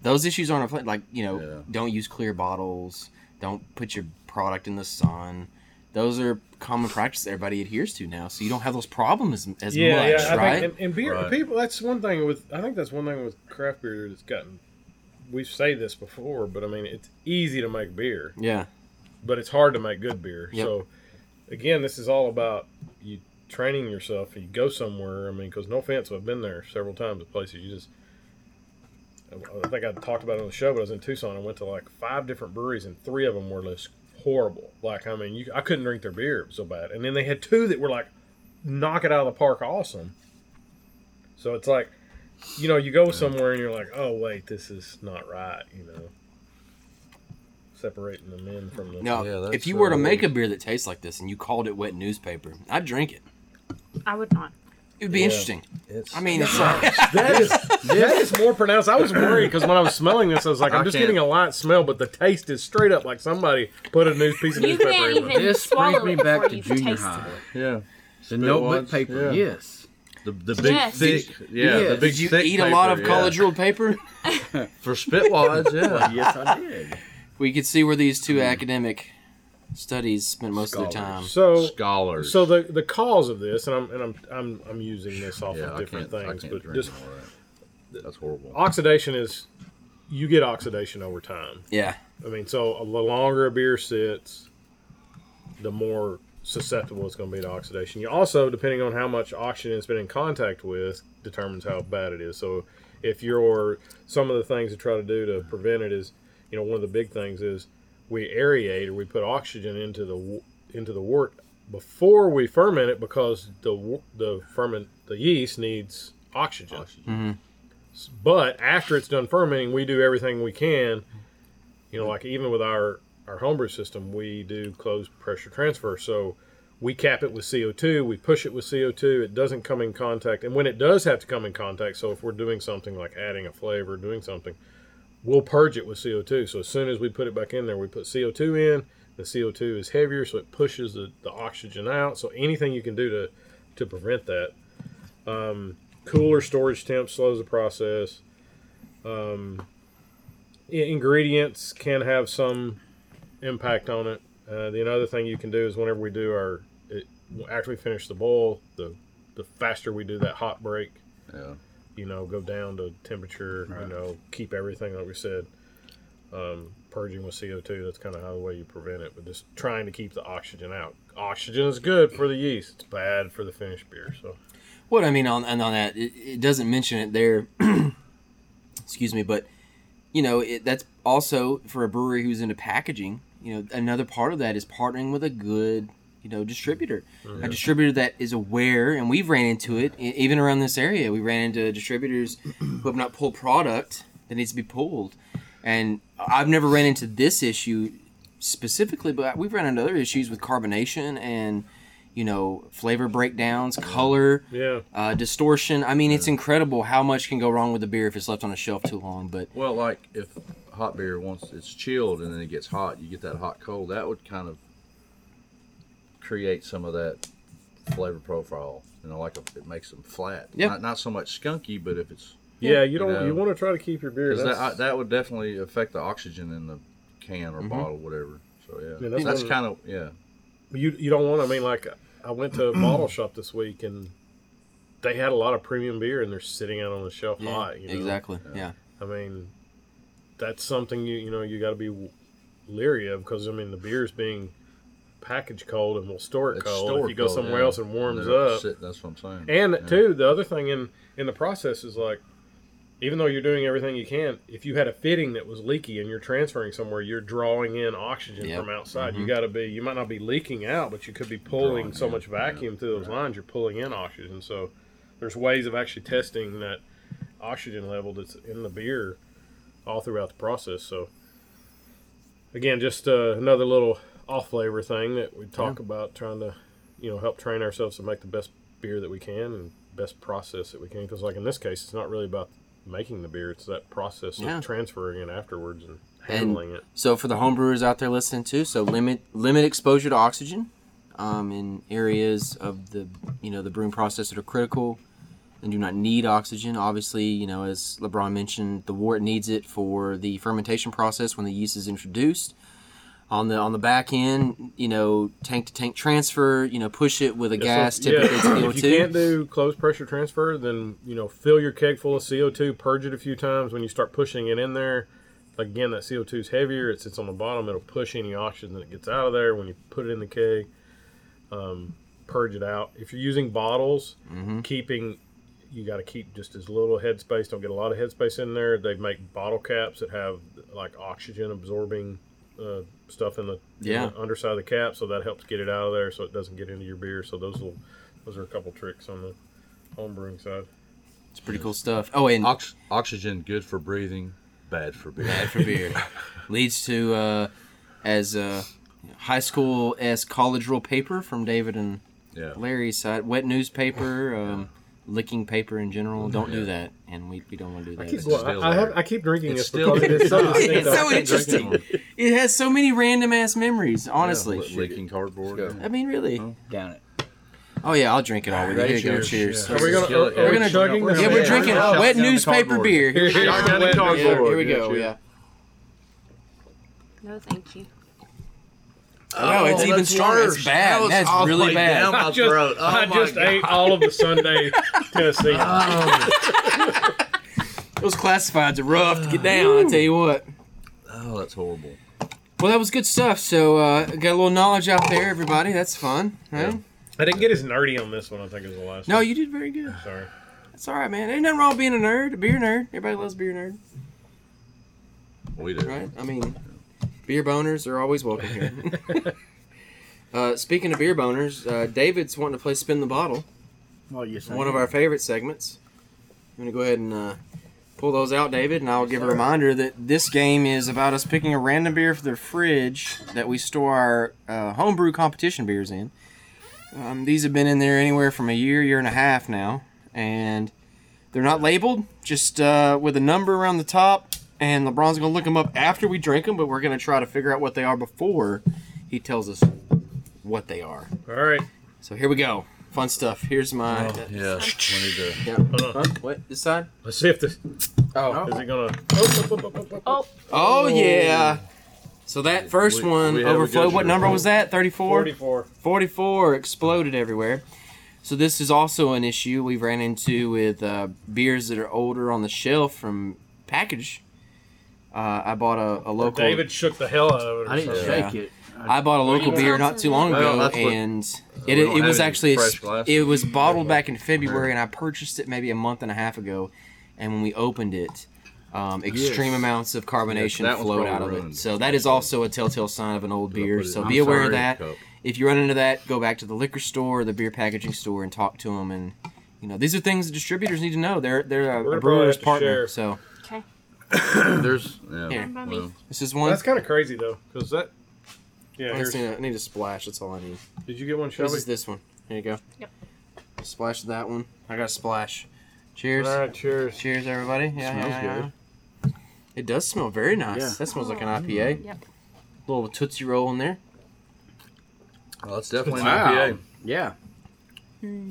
those issues aren't afflicted. Like you know,
Yeah.
don't use clear bottles. Don't put your product in the sun. Those are common practice that everybody adheres to now, so you don't have those problems as, as
yeah,
much,
yeah. I
right?
think and, and beer
Right.
people. That's one thing with. I think that's one thing with craft beer that's gotten. We've said this before, but I mean, it's easy to make beer.
yeah.
but it's hard to make good beer.
Yep.
So, again, this is all about you training yourself. You go somewhere. I mean, because no offense, I've been there several times at places. You just, I I think I talked about it on the show, but I was in Tucson. I went to like five different breweries, and three of them were just horrible. Like, I mean, you, I couldn't drink their beer. It was so bad. And then they had two that were like, knock it out of the park, awesome. So it's like, you know, you go somewhere and you're like, oh wait, this is not right. You know. Separating the men from the
No,
Yeah, that's
if you were to
what I
make a beer that tastes like this and you called it wet newspaper, I'd drink it.
I would not.
It would be interesting.
It's,
I mean, it's like
That is that is more pronounced. I was worried because when I was smelling this, I was like,
I
I'm just
can't-
getting a light smell, but the taste is straight up like somebody put a new piece of
You
newspaper.
can't
in it.
even
This brings
swallow
me
it
back
before
to
you've
junior
tasted
high.
yeah,
The
It
notebook
was,
paper,
yeah.
yes.
the the big
Yes.
thick. Yeah,
Yeah.
the big
did you
thick
eat a lot of
paper, yeah.
college ruled paper?
for spit wads. Yeah,
Yes, I did.
We could see where these two academic studies spent most of their time.
Scholars.
So
scholars.
so the the cause of this, and I'm and I'm I'm, I'm using this off
yeah,
of
I
different
can't. I
things,
can't
but
drink
just
all that. That's horrible.
oxidation is you get oxidation over time.
Yeah.
I mean, so the longer a beer sits, the more susceptible it's going to be to oxidation. You also, depending on how much oxygen it's been in contact with, determines how bad it is. So, if you're some of the things to try to do to prevent it is, you know, one of the big things is we aerate or we put oxygen into the w- into the wort before we ferment it because the w- the ferment the yeast needs oxygen. S- But after it's done fermenting, we do everything we can you know, like even with our our homebrew system, we do closed pressure transfer. So we cap it with CO2, we push it with CO2. It doesn't come in contact, and when it does have to come in contact, so if we're doing something like adding a flavor, doing something, we'll purge it with CO2. So as soon as we put it back in there, we put CO2 in. The CO2 is heavier, so it pushes the, the oxygen out. So anything you can do to to prevent that. Um, cooler storage temp slows the process i- ingredients can have some impact on it. Uh, the another thing you can do is whenever we do our it, after we finish the boil, the the faster we do that hot break,
Yeah.
you know, go down to temperature, you know, keep everything like we said. Um, purging with CO2, that's kind of how the way you prevent it, but just trying to keep the oxygen out. Oxygen is good for the yeast, it's bad for the finished beer. So,
What I mean on and on that, it, it doesn't mention it there. excuse me, but you know it, that's also for a brewery who's into packaging. You know, another part of that is partnering with a good you know distributor, a distributor that is aware. And we've ran into it e- even around this area. We ran into distributors who have not pulled product that needs to be pulled, and I've never ran into this issue specifically, but we've run into other issues with carbonation and you know flavor breakdowns, color
yeah,
uh, distortion. I mean, it's incredible how much can go wrong with a beer if it's left on a shelf too long. But
Well, like if hot beer once it's chilled and then it gets hot, you get that hot cold. That would kind of create some of that flavor profile. You know, like if it makes them flat.
Yeah.
Not, not so much skunky, but if it's
yeah, you don't, you,
know.
want to try to keep your beer.
'cause that uh,
that's-
I, that would definitely affect the oxygen in the can or bottle, whatever. So yeah,
Yeah, that's
that's,
one of the-
kind of yeah.
you you don't want. I mean, like I went to a bottle shop this week and they had a lot of premium beer and they're sitting out on the shelf hot. You know?
exactly, yeah.
I mean, that's something you you know you got to be leery of because I mean the beer's being packaged cold and will store it
It's
cold.
stored
if you go
cold,
somewhere
yeah.
else and warms
They're
up,
sit- that's what I'm saying.
and
yeah.
too, the other thing in in the process is like, even though you're doing everything you can, if you had a fitting that was leaky and you're transferring somewhere, you're drawing in oxygen
Yep.
from outside. You got to be, you might not be leaking out, but you could be pulling
Mm-hmm. Drawing
so
in,
much vacuum through those lines, you're pulling in oxygen. So there's ways of actually testing that oxygen level that's in the beer all throughout the process. So again, just uh, another little off flavor thing that we talk about trying to, you know, help train ourselves to make the best beer that we can and best process that we can. Because like in this case, it's not really about making the beer; it's that process
Yeah.
of transferring it afterwards and
And-
handling it.
So for the homebrewers out there listening too, so limit limit exposure to oxygen um, in areas of the you know the brewing process that are critical and do not need oxygen. Obviously, you know as LeBron mentioned, the wort needs it for the fermentation process when the yeast is introduced. On the on the back end, you know tank to tank transfer, you know push it with a gas
So,
typically it's
yeah,
CO2.
if you can't do closed pressure transfer, then you know fill your keg full of CO two, purge it a few times. When you start pushing it in there, again that CO two is heavier. It sits on the bottom. It'll push any oxygen that gets out of there. When you put it in the keg, um, purge it out. If you're using bottles,
Mm-hmm.
keeping you got to keep just as little headspace. Don't get a lot of headspace in there. They make bottle caps that have like oxygen absorbing uh, stuff in the,
Yeah.
in the underside of the cap, so that helps get it out of there, so it doesn't get into your beer. So those will, those are a couple tricks on the home brewing side.
It's pretty cool stuff. Oh, and
Ox- oxygen good for breathing, bad for beer.
bad for beer. Leads to uh, as uh, high school as college rule paper from David and
Yeah.
Larry's side, wet newspaper, um, licking paper in general. Don't do that, and we, we don't want to do that.
Keep
It's
going.
still
I, I, have,
there.
I keep drinking
It's
this
still
because it is so
there.
distinct.
It's
I
so
can't drink
interesting.
anymore.
It has so many random ass memories. Honestly,
Li- licking cardboard.
I mean, really.
Down it.
Oh yeah, I'll drink it all. With you. Here
Ready?
you go.
Cheers.
Cheers.
Yeah.
Are we gonna?
Kill
Are,
it.
are we
Yeah,
chugging
we're
this?
gonna-
Yeah, we're
Yeah,
drinking
we're gonna
wet
shut down the
newspaper
cardboard.
beer. Here,
Here-
yeah,
shotgun cardboard.
here we go.
Cheers.
Yeah.
No, thank you.
Oh, it's even
that's
stronger.
worse.
It's bad.
That was
That's
all the
really
way
bad.
down
I
my
just,
throat. Oh
I
my
just
God. Ah.
ate all of the Sunday Tennessee.
Those classifieds are rough to get down. I tell you what.
Oh, that's horrible.
Well, that was good stuff. So uh, got a little knowledge out there, everybody. That's fun, right?
I didn't get as nerdy on this one. I think as the last.
No,
one.
you did very good.
Sorry.
That's all right, man. Ain't nothing wrong with being a nerd, a beer nerd. Everybody loves beer nerd,
We do.
right? I mean, beer boners are always welcome here. uh, speaking of beer boners, uh, David's wanting to play spin the bottle.
Well, yes.
One of our favorite segments. I'm gonna go ahead and uh, pull those out, David, and I'll give a reminder that this game is about us picking a random beer for the fridge that we store our uh, homebrew competition beers in. Um, these have been in there anywhere from a year, year and a half now, and they're not labeled, just uh, with a number around the top. And LeBron's gonna look them up after we drink them, but we're gonna try to figure out what they are before he tells us what they are.
All right.
So here we go. Fun stuff. Here's my.
Yeah. We need to.
Yeah.
Hold on.
Huh? What? This side?
Let's see if this is
Oh.
it gonna.
Oh, yeah. So that first
We-
one
we have a
overflowed.
good
What
shot.
number was that? 34?
Forty-four.
44 exploded everywhere. So this is also an issue we've ran into with uh, beers that are older on the shelf from package. Uh, I bought a, a local.
David shook the hell out of it. or
I didn't
something.
Yeah.
shake it.
I bought a local
Well, you
beer
know,
not too long
Well,
ago,
that's what-
and it,
we don't
it
have
was
any
actually
fresh
s-
glasses.
it was bottled back in February, and I purchased it maybe a month and a half ago. And when we opened it, um, extreme amounts of carbonation
that one's
flowed out of
probably
it.
ruined.
So that is also a telltale sign of an old
I
beer.
put it
So
in
be
the
aware of
sorry
that.
cup.
If you run into that, go back to the liquor store or the beer packaging store and talk to them. And you know these are things that distributors need to know. They're they're
We're
a,
gonna probably
a brewer's
have to
partner.
share.
So
Okay.
There's. Yeah.
Here.
well,
this is one.
That's kind of crazy though, because that. Yeah.
I
Here's,
just need a- I need a splash. That's all I need.
did you get one,
This
Shelby?
is this one. Here you go.
Yep.
Splash that one. I got a splash. Cheers.
All right. Cheers.
Cheers, everybody. Yeah,
Smells
yeah, yeah.
good.
It does smell very nice.
Yeah.
That smells like an IPA.
Oh. Yep.
Little Tootsie Roll in there.
well, that's definitely
Wow.
an IPA.
Yeah.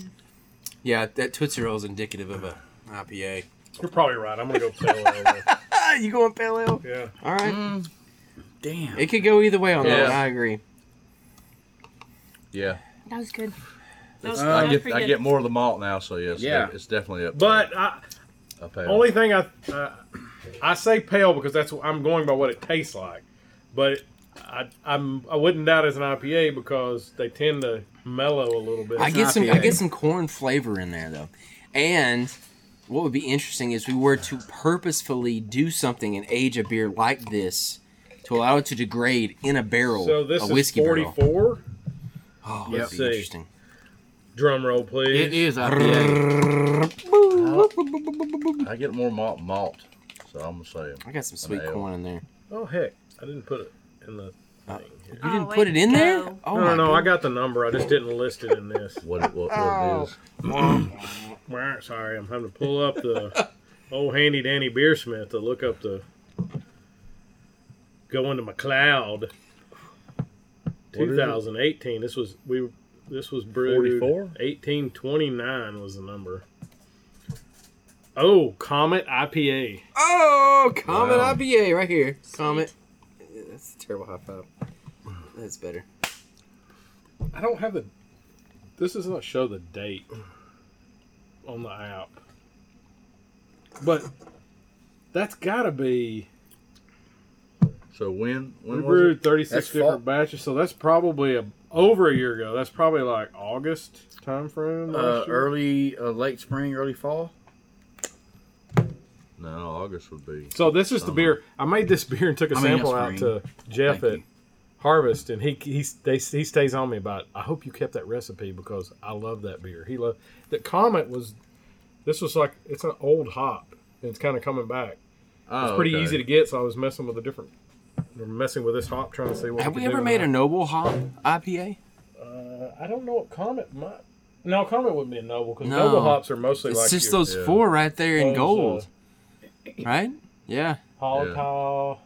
Yeah, that Tootsie Roll is indicative of a IPA.
You're probably right. I'm gonna go pale ale.
Ah, you going pale ale?
Yeah.
All right.
Mm. Damn.
It could go either way on that
Yeah.
one. I agree.
Yeah.
That was good. That was, that
I
was
get
pretty
I
good.
get more of the malt now, so yes,
Yeah.
yeah, it's definitely up.
But I,
up there.
only thing I, uh, I say pale because that's what I'm going by what it tastes like, but. I, I'm I wouldn't doubt it's an IPA because they tend to mellow a little bit.
I get
an
some. I
IPA.
get some corn flavor in there though, and what would be interesting is we were to purposefully do something and age a beer like this to allow it to degrade in a barrel,
so this
a
is
whiskey barrel.
44.
Oh, that'd
Yep.
be
See.
interesting.
Drum roll, please.
It is IPA.
I get more malt malt, so I'm gonna say
I got some sweet
ale.
corn in there.
Oh heck, I didn't put it in the thing. Here.
You
Oh,
didn't
way
put it
to
in there?
go.
Oh
No, no,
my
no, I
goodness.
got the number. I just didn't list it in this.
what it, what, what it is.
Oh. Wah, Sorry, I'm having to pull up the old handy dandy beersmith to look up the. Go into McLeod. 2018. This was we. This was brewed.
44?
1829 was the number. Oh, Comet IPA.
Oh, Comet
Wow.
IPA right here. Comet. That's a terrible high five. That's better.
I don't have the. This does not show the date on the app, but that's got to be
So when
we
when was
brewed
it?
thirty six
That's
different
fall.
batches, so that's probably a over a year ago. That's probably like August time frame.
Uh,
last year.
early, uh, late spring, early fall.
No, August would be.
So this is the beer. I made this beer and took a
Uh-huh. I mean,
sample
that's green.
out to Jeff
Thank
at
you.
Harvest, and he he they, he stays on me about. I hope you kept that recipe because I love that beer. He loved that Comet was. This was like it's an old hop, and it's kind of coming back.
Oh,
It's pretty easy to get, so I was messing with a different, or messing with this hop, trying to see what.
Have
could
we ever
do.
made a Noble Hop IPA?
Uh, I don't know what Comet might No, Comet wouldn't be a noble because
No.
noble hops are mostly
It's
like
just
your
those
yeah.
four right there in
those, uh,
gold, right? Yeah.
Holocaw,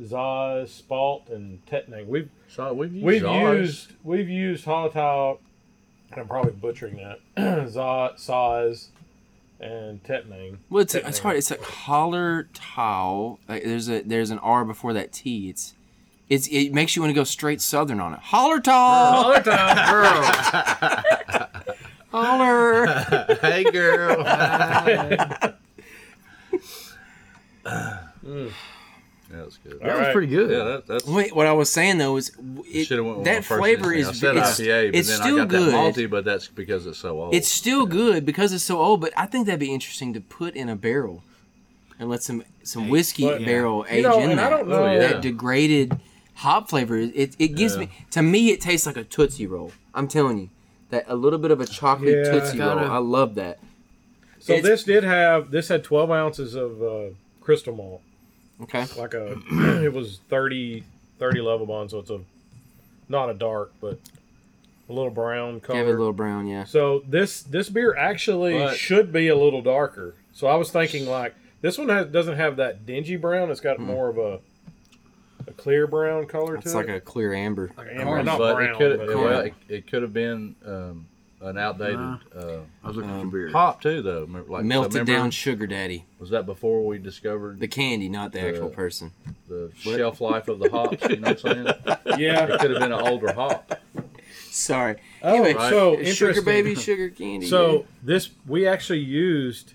Zaz, Spalt, and Tetnang. We've
So we've used,
we've
ours.
used we've used Holocaw, and I'm probably butchering that. Zaz, Saz, and Tetnang.
Well, it's,
Tetnang.
it's hard. It's a collar towel. Like there's a there's an R before that T. It's it's it makes you want to go straight southern on it. Holler tall. Holler.
hey girl. That's good.
All
That was
right.
pretty good.
Yeah, that, that's.
Wait, what I was saying though is it,
Should have went with my
that
first
flavor
instinct.
is
I said
it's,
IPA, but
it's
then
still
I got
good.
that malty, but that's because it's so old.
It's still good because it's so old, but I think that'd be interesting to put in a barrel and let some some whiskey
But-
barrel
You
age
know,
in
and
that.
I don't know.
Oh, yeah.
That degraded hop flavor. It it gives me to me it tastes like a tootsie roll. I'm telling you, that a little bit of a chocolate
Yeah.
tootsie roll.
Gotta-
I love that.
So
It's-
this did have this had 12 ounces of uh, crystal malt.
Okay.
like a it was 30 30 level bond so it's a not a dark but a little brown color
Gave it a little brown, yeah.
so this this beer actually
But-
should be a little darker so i was thinking like this one has, doesn't have that dingy brown it's
Hmm.
got more of a a clear brown color
It's
to
like
it
a clear amber.
amber, not
but
brown
it could
but
it,
it's
well,
like-
it, it could have been um, an outdated
Nah.
uh,
I was looking
Um,
for beer.
hop too, though. Remember- Like so
Melted
remember-
down sugar daddy.
Was that before we discovered
The
the,
candy, not the
The-
actual person.
shelf life of the hops? You know what I'm saying?
yeah
It could have been an older hop.
Sorry.
oh
Anyway,
so
sugar
interesting.
baby, sugar candy.
so this we actually used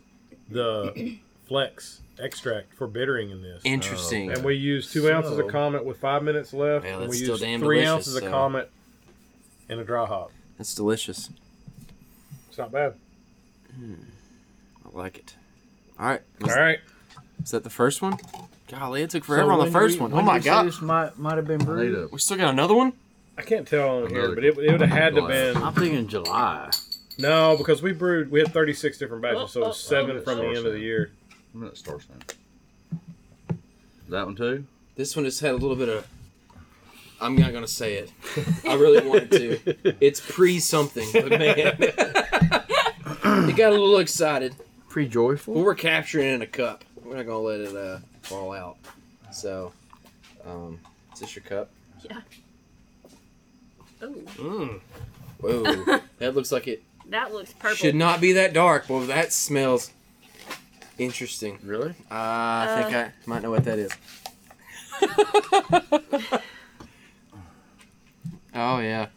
the flex extract for bittering in this
interesting.
Oh, And we used two ounces of Comet with five minutes left.
Yeah,
and
that's
we
still
used
damn
three
delicious,
ounces
so.
of Comet and a dry hop.
That's delicious.
It's not bad.
I like it. All right.
All right.
Is that the first one? Golly, it took forever on the first one. Oh my god.
This might might have been
I need
brewed.
a
We still got another one?
I can't tell on here,
Another
but it, it would have had to
glass.
been
I'm thinking July.
no because we brewed. We had thirty six different batches, so it was seven
oh,
from the
oh,
end of the year.
I'm not star sign. That one too.
This one just had a little bit of I'm not gonna say it. I really wanted to. It's pre something, but man. it got a little excited.
Pretty joyful.
But we're capturing it in a cup. We're not gonna let it uh, fall out. So um is this your cup?
Yeah. Oh,
Whoa. that looks like it
that looks purple.
should not be that dark. Well that smells interesting.
Really?
I think I might know what that is. oh yeah.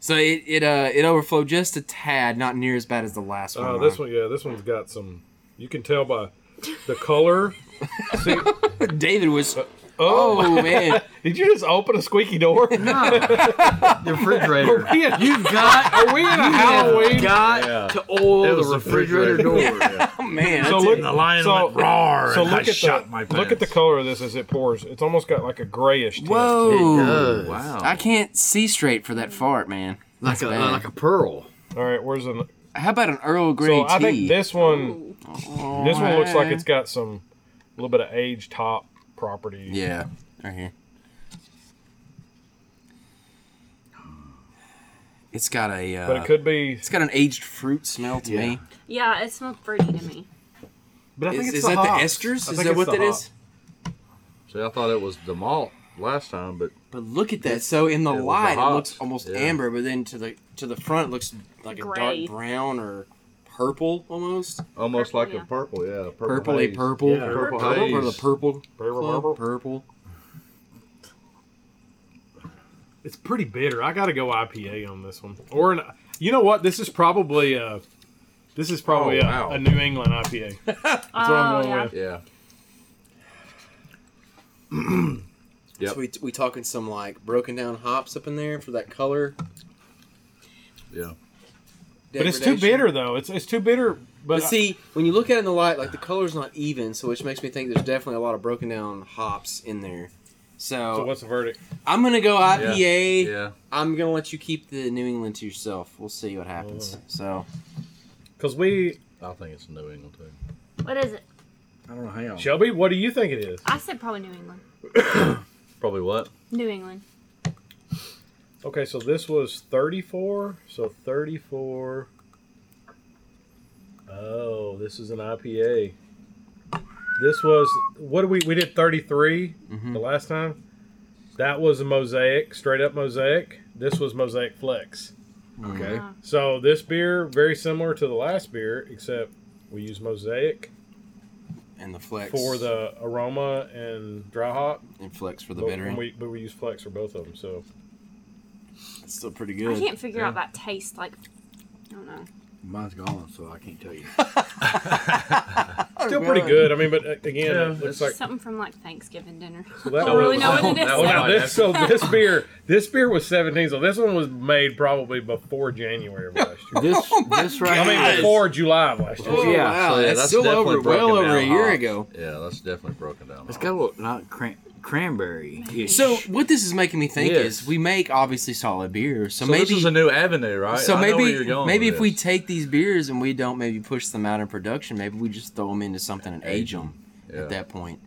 So it it uh it overflowed just a tad, not near as bad as the last one.
Oh, this one, yeah, this one's got some. You can tell by the color. See,
one. David was.
oh,
Oh man,
did you just open a squeaky door?
The refrigerator.
Are we in-
You've got.
are we in a
You've
Halloween?
got
Yeah.
to oil
It was
the
the
refrigerator door.
oh man.
So
that's
look,
it.
The lion
so,
went roar,
so
and
look
I
at the
shot my pants.
look at the color of this as it pours. It's almost got like a grayish tint.
It
Whoa!
does.
Wow. I can't see straight for that fart, man.
Like a
bad.
like a pearl.
All right, where's the
How about an Earl Grey
So
tea?
I think this one,
Ooh.
this one looks like
Alright.
it's got some a little bit of age top property.
Yeah, right here. It's got a. Uh,
But it could be.
It's got an aged fruit smell to me.
Yeah, it smelled fruity to me.
But I
Is, is that the esters? Is that what that is?
See, I thought it was the malt last time, but
But look at that. So in the
It was the
light, it
hops.
looks almost
Yeah.
amber, but then to the to the front, it looks like a
Gray.
dark brown or purple almost.
almost
Purple,
like
yeah.
a purple. Yeah, a purple.
Purpley
haze.
purple.
Yeah,
purple.
purple
Purple. Or the
haze.
purple.
Purple,
club,
purple.
Purple.
It's pretty bitter. I got to go IPA on this one. Or an, you know what? This is probably a. This is probably
Oh,
a,
wow.
a New England IPA. That's
Oh,
what I'm going
yeah.
with.
Yeah. Yep.
So we, we talking some like broken down hops up in there for that color.
Yeah.
But it's too
degradation.
bitter though. It's it's too bitter. But,
But see, when you look at it in the light, like the color's not even, so which makes me think there's definitely a lot of broken down hops in there.
I,
So,
so what's the verdict?
I'm gonna go IPA.
Yeah.
I'm gonna let you keep the New England to yourself. We'll see what happens. So
Because we
I think it's New England too.
What is it?
I don't know how.
Shelby, what do you think it is?
I said probably New England.
Probably what?
New England.
Okay, so this was 34. So 34. Oh, this is an IPA. This was what did we we did 33
Mm-hmm.
the last time. That was a mosaic, straight up mosaic. This was mosaic flex.
mm.
Okay.
So this beer very similar to the last beer except we use mosaic
and the flex
for the aroma and dry hop.
and flex for the
but
bittering.
we but we use flex for both of them. So
It's still pretty
I
good.
can't figure out that taste. Like, I don't know.
Mine's gone, so I can't tell you.
Oh,
still pretty good. I mean, but uh, again,
Yeah,
it looks
it's-
like
Something from like Thanksgiving dinner.
that
I don't really
was-
know what it is.
that was
Now
Right,
this,
that's-
so this beer, this beer was 17. So this one was made probably before January of last year.
This, this right
I mean,
here.
before July of last year.
Oh,
Yeah,
wow,
So, yeah,
that's, still
definitely
over, well
broken
over a
down
year
hops.
ago.
Yeah, that's definitely broken down.
It's
hops.
got a little not cran- cranberry.
So what this is making me think
Yes.
is we make obviously solid beer, so,
so
maybe
this is a new avenue, right?
so
I know where
maybe
you're going
maybe
with
if we
this.
take these beers and we don't maybe push them out in production, maybe we just throw them into something and age them
Yeah.
at that point,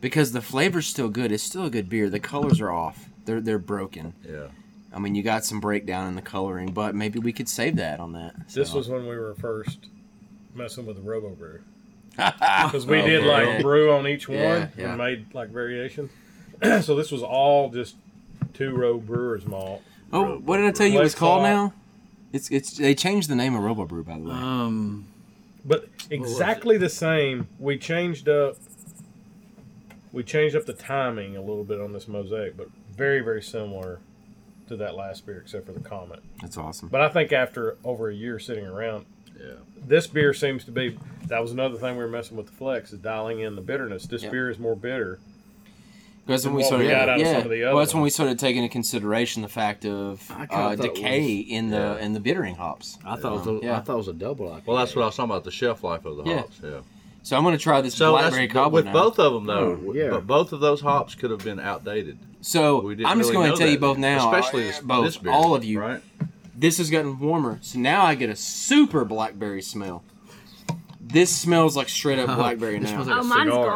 because the flavor's still good. It's still a good beer. The colors are off. They're they're broken.
yeah,
I mean, you got some breakdown in the coloring, but maybe we could save that on that.
This
so.
was when we were first messing with the Robo Brew. Because we did
yeah.
like brew on each one
Oh, Yeah, yeah.
and made like variations. so this was all just two row brewers malt.
Oh, what did I tell you it was
Lake
called
Salt.
now? It's it's they changed the name of Robo Brew by the way.
Um,
But exactly the same. We changed up. We changed up the timing a little bit on this mosaic, but very very similar to that last beer, except for the comment.
That's awesome.
But I think after over a year sitting around,
yeah.
this beer seems to be. That was another thing we were messing with the flex is dialing in the bitterness. This
Yep.
beer is more bitter.
That's when
And
we
what
started.
we got out of
yeah.
some of the
well,
other
that's when we started taking into consideration the fact of
I kinda
uh,
thought it
decay in the
yeah.
in the bittering hops. Um,
I thought it was a,
Yeah.
I thought it was a double. IPA.
Well, that's what I was talking about—the shelf life of the
Yeah.
hops. Yeah.
So I'm gonna try this
So that's,
blackberry cobbler
with
now.
both of them though,
Oh, yeah.
but both of those hops could have been outdated.
So
We
I'm
didn't
just
really
going
know
to tell you
that
both
then.
now,
especially this,
both
this beer,
all of you.
Right?
This has gotten warmer, so now I get a super blackberry smell. This smells like straight up blackberry
this
now.
smells like
Oh,
a
mine's
cigar.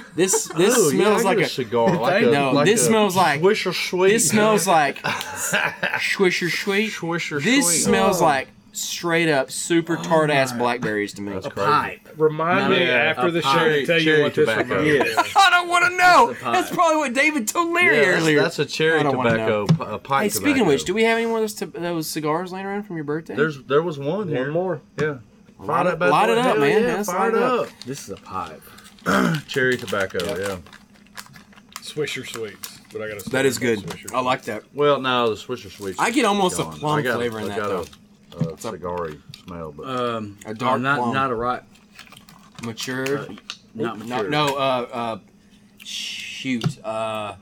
gone.
this this
Oh, yeah,
smells
I
like
get
a
cigar. Like a,
No,
like
this
a
smells like-
Swisher sweet.
This smells like swisher sweet. Oh.
Swisher
This
sweet.
smells like straight up super tart ass blackberries to me.
Oh That's crazy.
Pipe.
Remind me
Yeah,
after
a
the show
cherry-
to tell you
cherry
what this
tobacco.
reminds me of.
I don't want to know.
That's the pie.
That's probably what David told
Yeah,
Larry
that's,
earlier.
that's a cherry
I don't wanna
tobacco, p- a pipe
hey, speaking of
tobacco.
which, do we have any more of those, t- those cigars laying around from your birthday?
There's there was one here.
One more.
Yeah.
Light
Fire
it-
that bad
light
boy.
it up,
Hell
man.
Yeah,
Let's
fire
light
it
it
up.
This is a pipe.
Cherry tobacco. Yeah.
Swisher sweets, but I gotta.
that is good.
Swisher
I like that.
Well, no, the Swisher sweet.
I get almost a plum
I got,
flavor in
I
that,
got
though.
A, a cigary smell, but
Um,
A dark
not
plum.
not a ripe,
Uh,
Matured.
not
no,
mature.
no, uh, uh, shoot. Uh,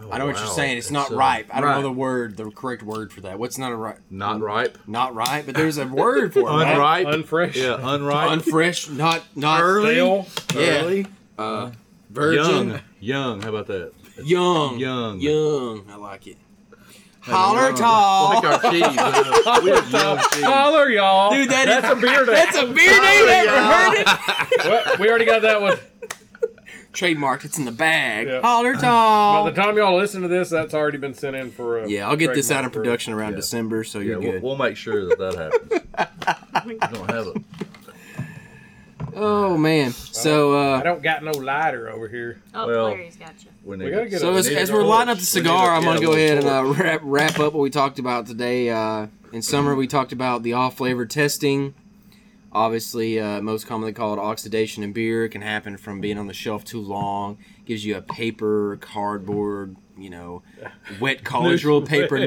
Oh,
I know what you're
wow.
saying. It's not
uh,
ripe. I don't know
ripe.
the word, the correct word for that. What's not a ripe?
Not ripe.
Not ripe, but there's a word for it. right?
Unripe.
Unfresh.
Yeah, unripe.
Unfresh. Not not
Stale.
Yeah. Uh, virgin.
Young. Young. How about that?
Young.
Young.
Young. I like it. Holler tall.
Like our cheese. uh, we have young cheese.
Holler, y'all.
Dude, that
That's
is-
a beer name.
That's a beer name. Ever heard it?
Well, we already got that one.
Trademarked. It's in the bag.
Yeah.
Holler
By
tall.
the time y'all listen to this, that's already been sent in for. A
Yeah, I'll get this out in
trademark for-
production around December, so
Yeah,
you're
we'll,
good.
we'll make sure that that happens. I don't have it.
oh man. So
I
uh,
don't got no lighter over here.
Oh,
Well,
Larry's got you.
We need
We gotta get
so
We
as,
need
as
a
we're lining
torch.
up the
We
cigar,
need a-
I'm gonna
yeah,
go
we need
ahead
a
and uh, wrap wrap up what we talked about today. Uh, in summer, we talked about the off flavor testing. Obviously, uh, most commonly called oxidation in beer, it can happen from being on the shelf too long. Gives you a paper, cardboard, you know, wet college rolled paper,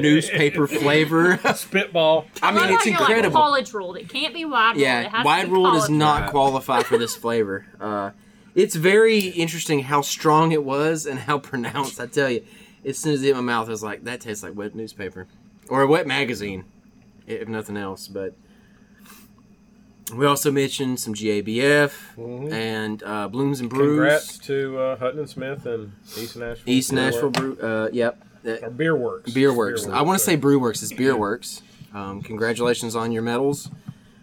newspaper flavor.
Spitball.
I mean,
love
it's
how you're
incredible.
Like college ruled. It can't be wide ruled. It has
Yeah,
to
wide
be
rule does
college
not
Right.
qualify for this flavor. Uh, it's very interesting how strong it was and how pronounced. I tell you, as soon as it hit my mouth, I was like, "That tastes like wet newspaper or a wet magazine, if nothing else." But we also mentioned some GABF
Mm-hmm.
Mhm.
and uh, Blooms and Brews,
Congrats to uh, Hutton and Smith and East Nashville.
East
Brewer-
Nashville Brew. Uh, yep,
Or Beer Works.
Beer Works. I want to say
sorry.
Brew Works. It's Beer Works. Um, congratulations on your medals.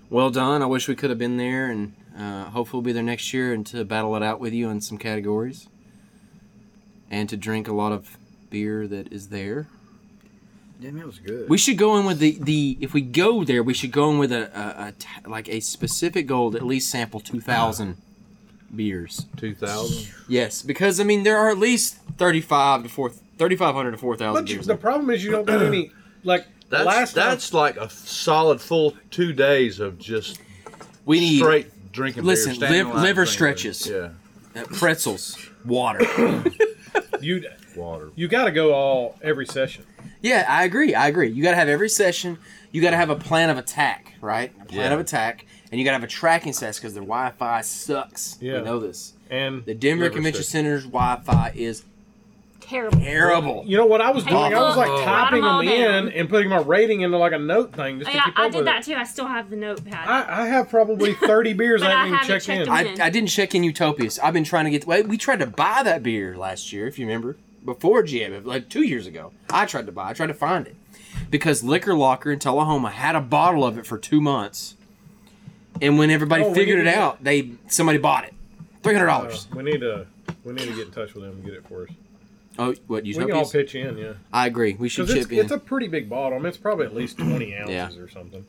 Well done. I wish we could have been there, and uh, hopefully we'll be there next year and to battle it out with you in some categories, and to drink a lot of beer that is there.
Damn, it was good.
We should go in with the, the if we go there, we should go in with a, a, a t- like a specific goal to at least sample two thousand beers.
Two thousand.
Yes, because I mean there are at least thirty five to four thirty five hundred to four thousand
But you,
beers.
the problem is you don't get any. Like
That's
last time-
that's like a solid full two days of just
we need
straight drinking.
Listen,
beer, standing
liv-
in line
liver
drinking
stretches.
beer.
uh, pretzels, water.
you
Yeah, water.
you got to go all every session.
yeah, I agree. I agree. You got to have every session. You got to have a plan of attack, right? A plan
Yeah.
of attack, and you got to have a tracking stats because their Wi Fi sucks.
Yeah.
We know this.
And
The Denver
Liver
Convention
stretches.
Center's Wi Fi is
Terrible.
terrible.
you know what I was doing? I was like
Oh.
typing
Write 'em all
them in
down.
and putting my rating into like a note thing just to
Oh, Yeah,
keep up
I
with
did that
it.
too. I still have the notepad.
I, I have probably thirty beers
But
I
I
haven't even
haven't
checked,
checked
in.
them.
I, I didn't check in Utopias. I've been trying to get. Wait, we tried to buy that beer last year, if you remember, before GM, like two years ago. I tried to buy. I tried to find it because Liquor Locker in Tullahoma had a bottle of it for two months, and when everybody
Oh, we
figured it
need to-
out, they somebody bought it, three hundred
Uh,
dollars.
we need to we need to get in touch with them and get it for us.
Oh, what
We can all
Utopias?
pitch in, yeah.
I agree. We should
Because it's,
chip
it's
in.
a pretty big bottle. I mean, it's probably at least twenty ounces
Yeah.
or something.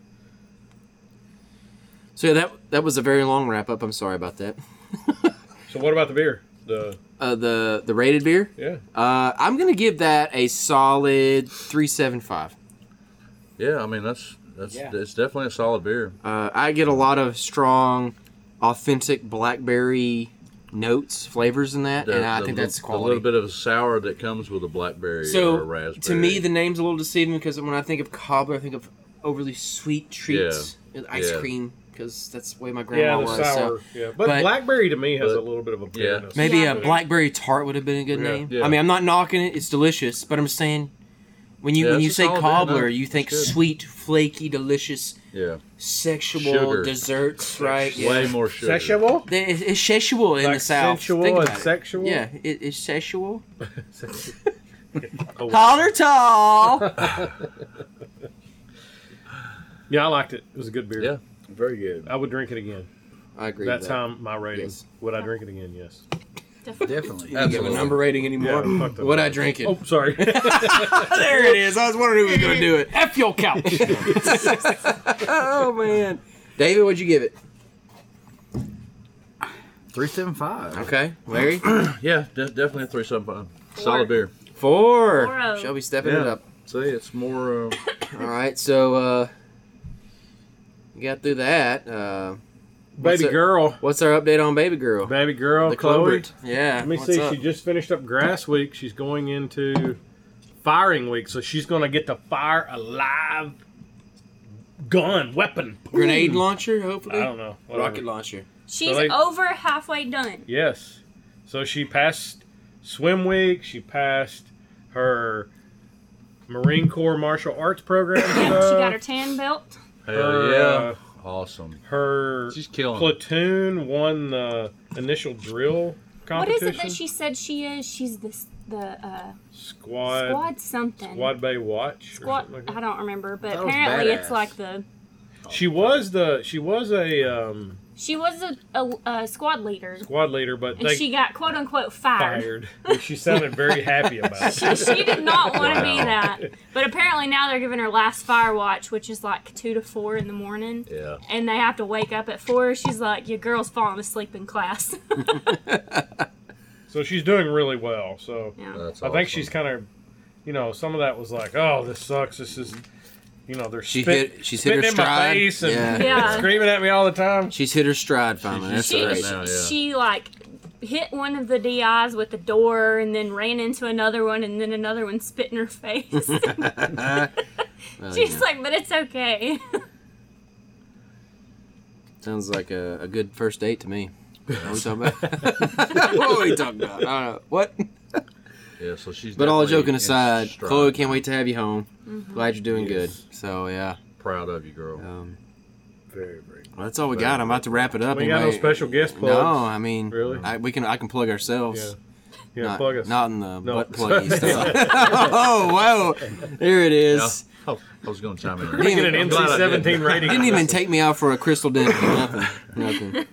so yeah, that that was a very long wrap up. I'm sorry about that.
So what about the beer? The
Uh, the the rated beer.
yeah.
Uh, I'm gonna give that a solid three seven five.
Yeah, I mean that's that's
Yeah.
it's definitely a solid beer.
Uh, I get a lot of strong, authentic blackberry notes, flavors in that,
The-
and I
the
think
li-
that's
A
quality.
little bit of a sour that comes with a blackberry or a
so
raspberry.
to me, the name's a little deceiving because when I think of cobbler, I think of overly sweet treats and ice
Yeah.
cream because that's the way my
Yeah,
grandma
the
was.
sour.
So
yeah, but,
but-
blackberry to me has
but-
a little bit of a
yeah.
bitterness.
maybe
Yeah.
a blackberry tart would have been a good
Yeah.
name.
Yeah.
I mean, I'm not knocking it; it's delicious, but I'm saying when you
Yeah,
when
it's
you
a
say
solid
cobbler,
banana.
you think
It's good.
sweet, flaky, delicious,
yeah,
sexual
Sugar.
desserts, right? Yeah.
way more sugar.
Sexual?
They- It's, it's sexual in
Like
the south.
sensual
Think
and
about it.
sexual?
Yeah, it, it's sexual.
Oh, wow.
Holler tall.
Yeah, I liked it. It was a good beer.
Yeah.
Very good.
Oh.
I would drink it again.
I agree.
That's how my rating.
Yes.
Would I drink it again? Yes.
Definitely.
Definitely.
I don't give a number rating anymore.
Yeah, fuck that.
what I drink it.
Oh, sorry.
there it is. I was wondering who was going to do it.
F your couch.
Oh man, David, what'd you give it?
375.
Okay, Larry,
Yeah, de- definitely a three seven five.
Four.
Solid beer.
four.
Four-oh.
Shall we stepping it
Yeah.
up?
See, it's more. Uh,
All right, so uh, we got through that. Uh,
Baby
it?
girl.
what's our update on Baby Girl?
Baby girl.
the
Chloe.
Clubert. Yeah.
Let me
what's
see.
up?
She just finished up grass week. She's going into firing week, so she's gonna get to fire a live gun weapon.
Grenade launcher, hopefully.
I don't know.
Rocket
Whatever.
launcher.
She's
like-
over halfway done.
Yes. So she passed swim week. She passed her Marine Corps martial arts program.
She got
stuff,
her tan belt.
hell yeah, awesome.
uh, her
She's killing. it.
platoon won the initial drill
What is
competition.
it that she said she is? She's the s- the uh,
squad
squad something.
Squad Bay Watch. or
Squad.
something like that?
I don't remember, but
That was
apparently
badass.
it's like the
She was the she was a um,
she was a, a, a squad leader,
squad leader, but
and
they
she got quote unquote fired.
fired. she sounded very happy about
she,
it.
she did not want to be
Wow.
that. But apparently now they're giving her last fire watch, which is like two to four in the morning,
Yeah.
and they have to wake up at four. She's like, "Your girl's falling asleep in class."
So she's doing really well. So
yeah.
That's
I
awesome.
think she's kind of, you know, some of that was like, oh, this sucks. This is, you know, they're
She
spit,
hit. She's hit her
spitting in my
stride.
face and
yeah.
Yeah.
screaming at me all the time.
She's hit her stride finally. That's
She
right.
she,
now, yeah.
she like hit one of the DIs with the door, and then ran into another one, and then another one spit in her face.
Well,
She's
Oh, yeah.
like, "But it's okay."
Sounds like a, a good first date to me. What are we talking about? what are we talking about? I don't know. What?
Yeah, so she's.
But all
definitely
joking
in
aside,
stride.
Chloe, can't wait to have you home. Glad you're doing
Yes.
good. So yeah,
Proud of you, girl.
um,
Very, very
well, that's all we got. I'm about to wrap it up.
We got no
anyway.
special guest plugs.
No, I mean,
Really?
I, we can. I can plug ourselves.
yeah,
not,
plug us.
not in the
No.
butt pluggy stuff. oh wow, there it
Yeah.
is.
Oh, I was going to chime in.
Didn't
Get
even-
an
glad I
NC-17 rating.
Didn't even take me out for a crystal dinner. Nothing. Nothing.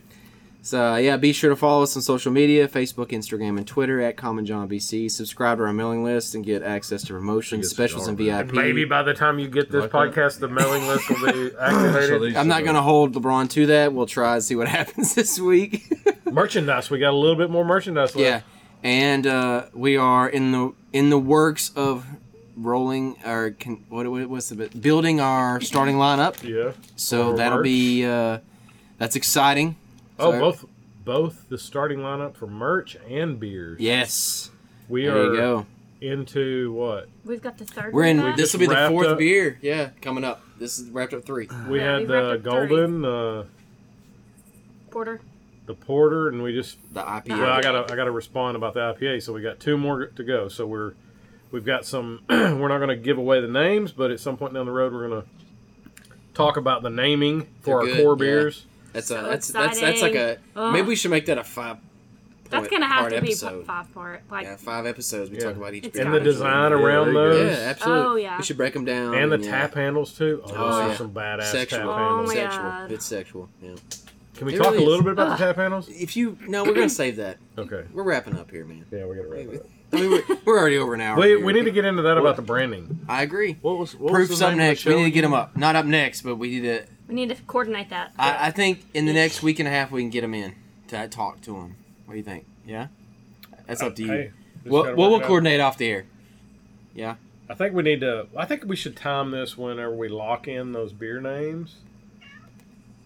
So yeah, be sure to follow us on social media: Facebook, Instagram, and Twitter at Common John BC. Subscribe to our mailing list and get access to promotions,
Yes,
specials, and
you are, man.
VIP.
Maybe by the time you get this
Like that?
podcast, the mailing list will be
So
activated.
these
I'm
are
not
the-
going to hold LeBron to that. We'll try and see what happens this week.
merchandise. We got a little bit more merchandise left.
yeah, and uh, we are in the in the works of rolling our con- what what- what's the bit- building our starting lineup.
Yeah.
So
Or
that'll
merch.
be uh, that's exciting.
Oh,
So-
both both the starting lineup for merch and beers.
Yes,
We
there
are
you go.
into what?
We've got the third.
We're
one
in.
back.
This will be the
wrapped
fourth
up-
beer. Yeah, coming up. This is wrapped up three.
We
Yeah, we wrapped
had the
up three.
golden, uh,
Porter.
the porter, and we just
The IPA.
well, I gotta I gotta respond about the IPA. So we got two more to go. So we're we've got some. we're not gonna give away the names, but at some point down the road, we're gonna talk about the naming for
They're
our
good,
core
yeah.
beers.
That's
So
a that's that's that's like a
Ugh.
maybe we should make that a five.
That's
point-
gonna have
part
to be
episode.
p- five part. Like
Yeah, five episodes. We
Yeah.
talk about each.
It's
beer
and the
Gotcha.
design
Yeah,
around
there you
Yeah,
go.
absolutely.
is.
Oh, yeah.
We should break them down.
and the
yeah.
tap handles too. Oh,
Oh,
those are
yeah.
some badass
Sexual.
tap
Oh,
handles.
my
sexual.
God.
It's sexual. Yeah.
Can we
It
talk
really
a little
is.
bit about the tap handles?
If you no, we're gonna save that.
Okay.
We're wrapping up here, man.
Yeah, we gotta wrap it up.
I mean, we're, we're already over an hour.
We,
here.
we need to get into that about the branding.
I agree.
What was what was
Proof's
the
up
name of the
next. We
show
need to get
again?
them up. Not up next, but we need to.
we need to coordinate that.
I, I think in the next week and a half we can get them in to talk to them. What do you think? Yeah. That's up to you.
Hey, just
we'll
gotta
we'll,
work
we'll
it out.
coordinate off the air.
I think we need to. I think we should time this whenever we lock in those beer names,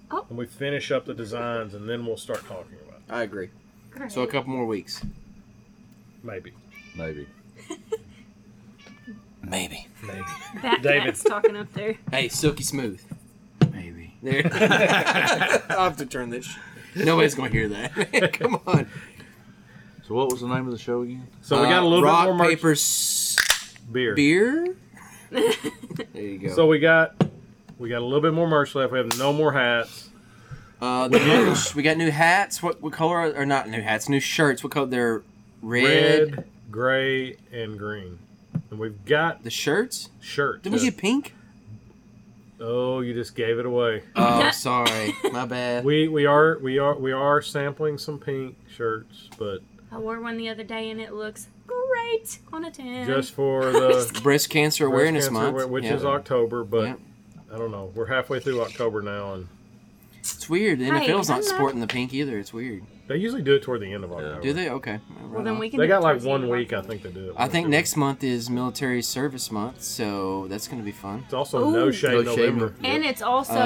Oh.
and we finish up the designs, and then we'll start talking about it.
I agree.
Great.
So a couple more weeks.
maybe.
Maybe.
Maybe.
Maybe.
Bat-
David.
Bat's talking up there.
Hey, silky smooth.
Maybe.
There. I'll have to turn this. sh- Nobody's gonna hear that. Come on.
So what was the name of the show again?
So we got a
Uh,
little
rock,
bit more merch-
paper, s-
beer.
beer. there you go.
So we got we got a little bit more merch left. We have no more hats.
uh, the merch. We got new hats. What what color? Are, or not new hats? New shirts. What color? They're red.
Red, gray, and green. And we've got
The shirts.
shirts.
Did we get pink?
Oh, you just gave it away.
Oh, sorry. My bad.
We we are we are we are sampling some pink shirts, but
I wore one the other day and it looks great on a ten.
just for the
Breast cancer awareness
breast
month,
cancer, which
Yeah.
is October. But
Yeah.
I don't know. We're halfway through October now, and
It's weird. The NFL's
I'm not-
not sporting the pink either. It's weird.
they usually do it toward the end of October.
Do they? Okay. Right
well, then
on.
we can. do it
uh-huh. They got like
towards the end
one
of
week, I
October.
think, to do it.
I think
Do it.
next month is military service month, so that's gonna be fun.
It's also
Ooh.
no shade
No shade
November.
And it's also
Um,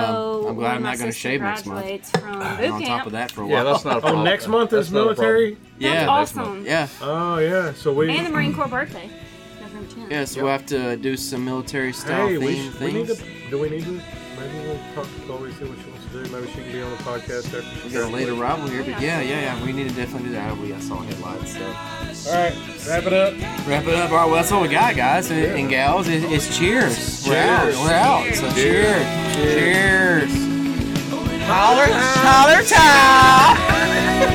I'm glad
when
I'm
my
not gonna
sister
shave next month.
graduates from boot
And on
camp.
top of that, for a
Yeah,
while.
that's not a problem.
Oh, next month is
That's not a problem.
military.
That's
yeah,
next month.
awesome.
yeah.
Oh yeah, so we.
And the Marine Corps birthday, November 10th.
Yeah, so we'll have to do some military style
Hey,
theme
we, we need
things.
to. Do we need to? Maybe we'll talk to Chloe, see what she wants to do. Maybe she can be on the podcast after. she
We got a late
graduates.
arrival here, but yeah, yeah, yeah. We need to definitely do that. We got saw headlights. So
All right, wrap it up.
wrap it up. All right, well, that's all we got, guys and, and gals. It, it's cheers. We're out. We're out. So cheers. Cheers. Holler, holler, time.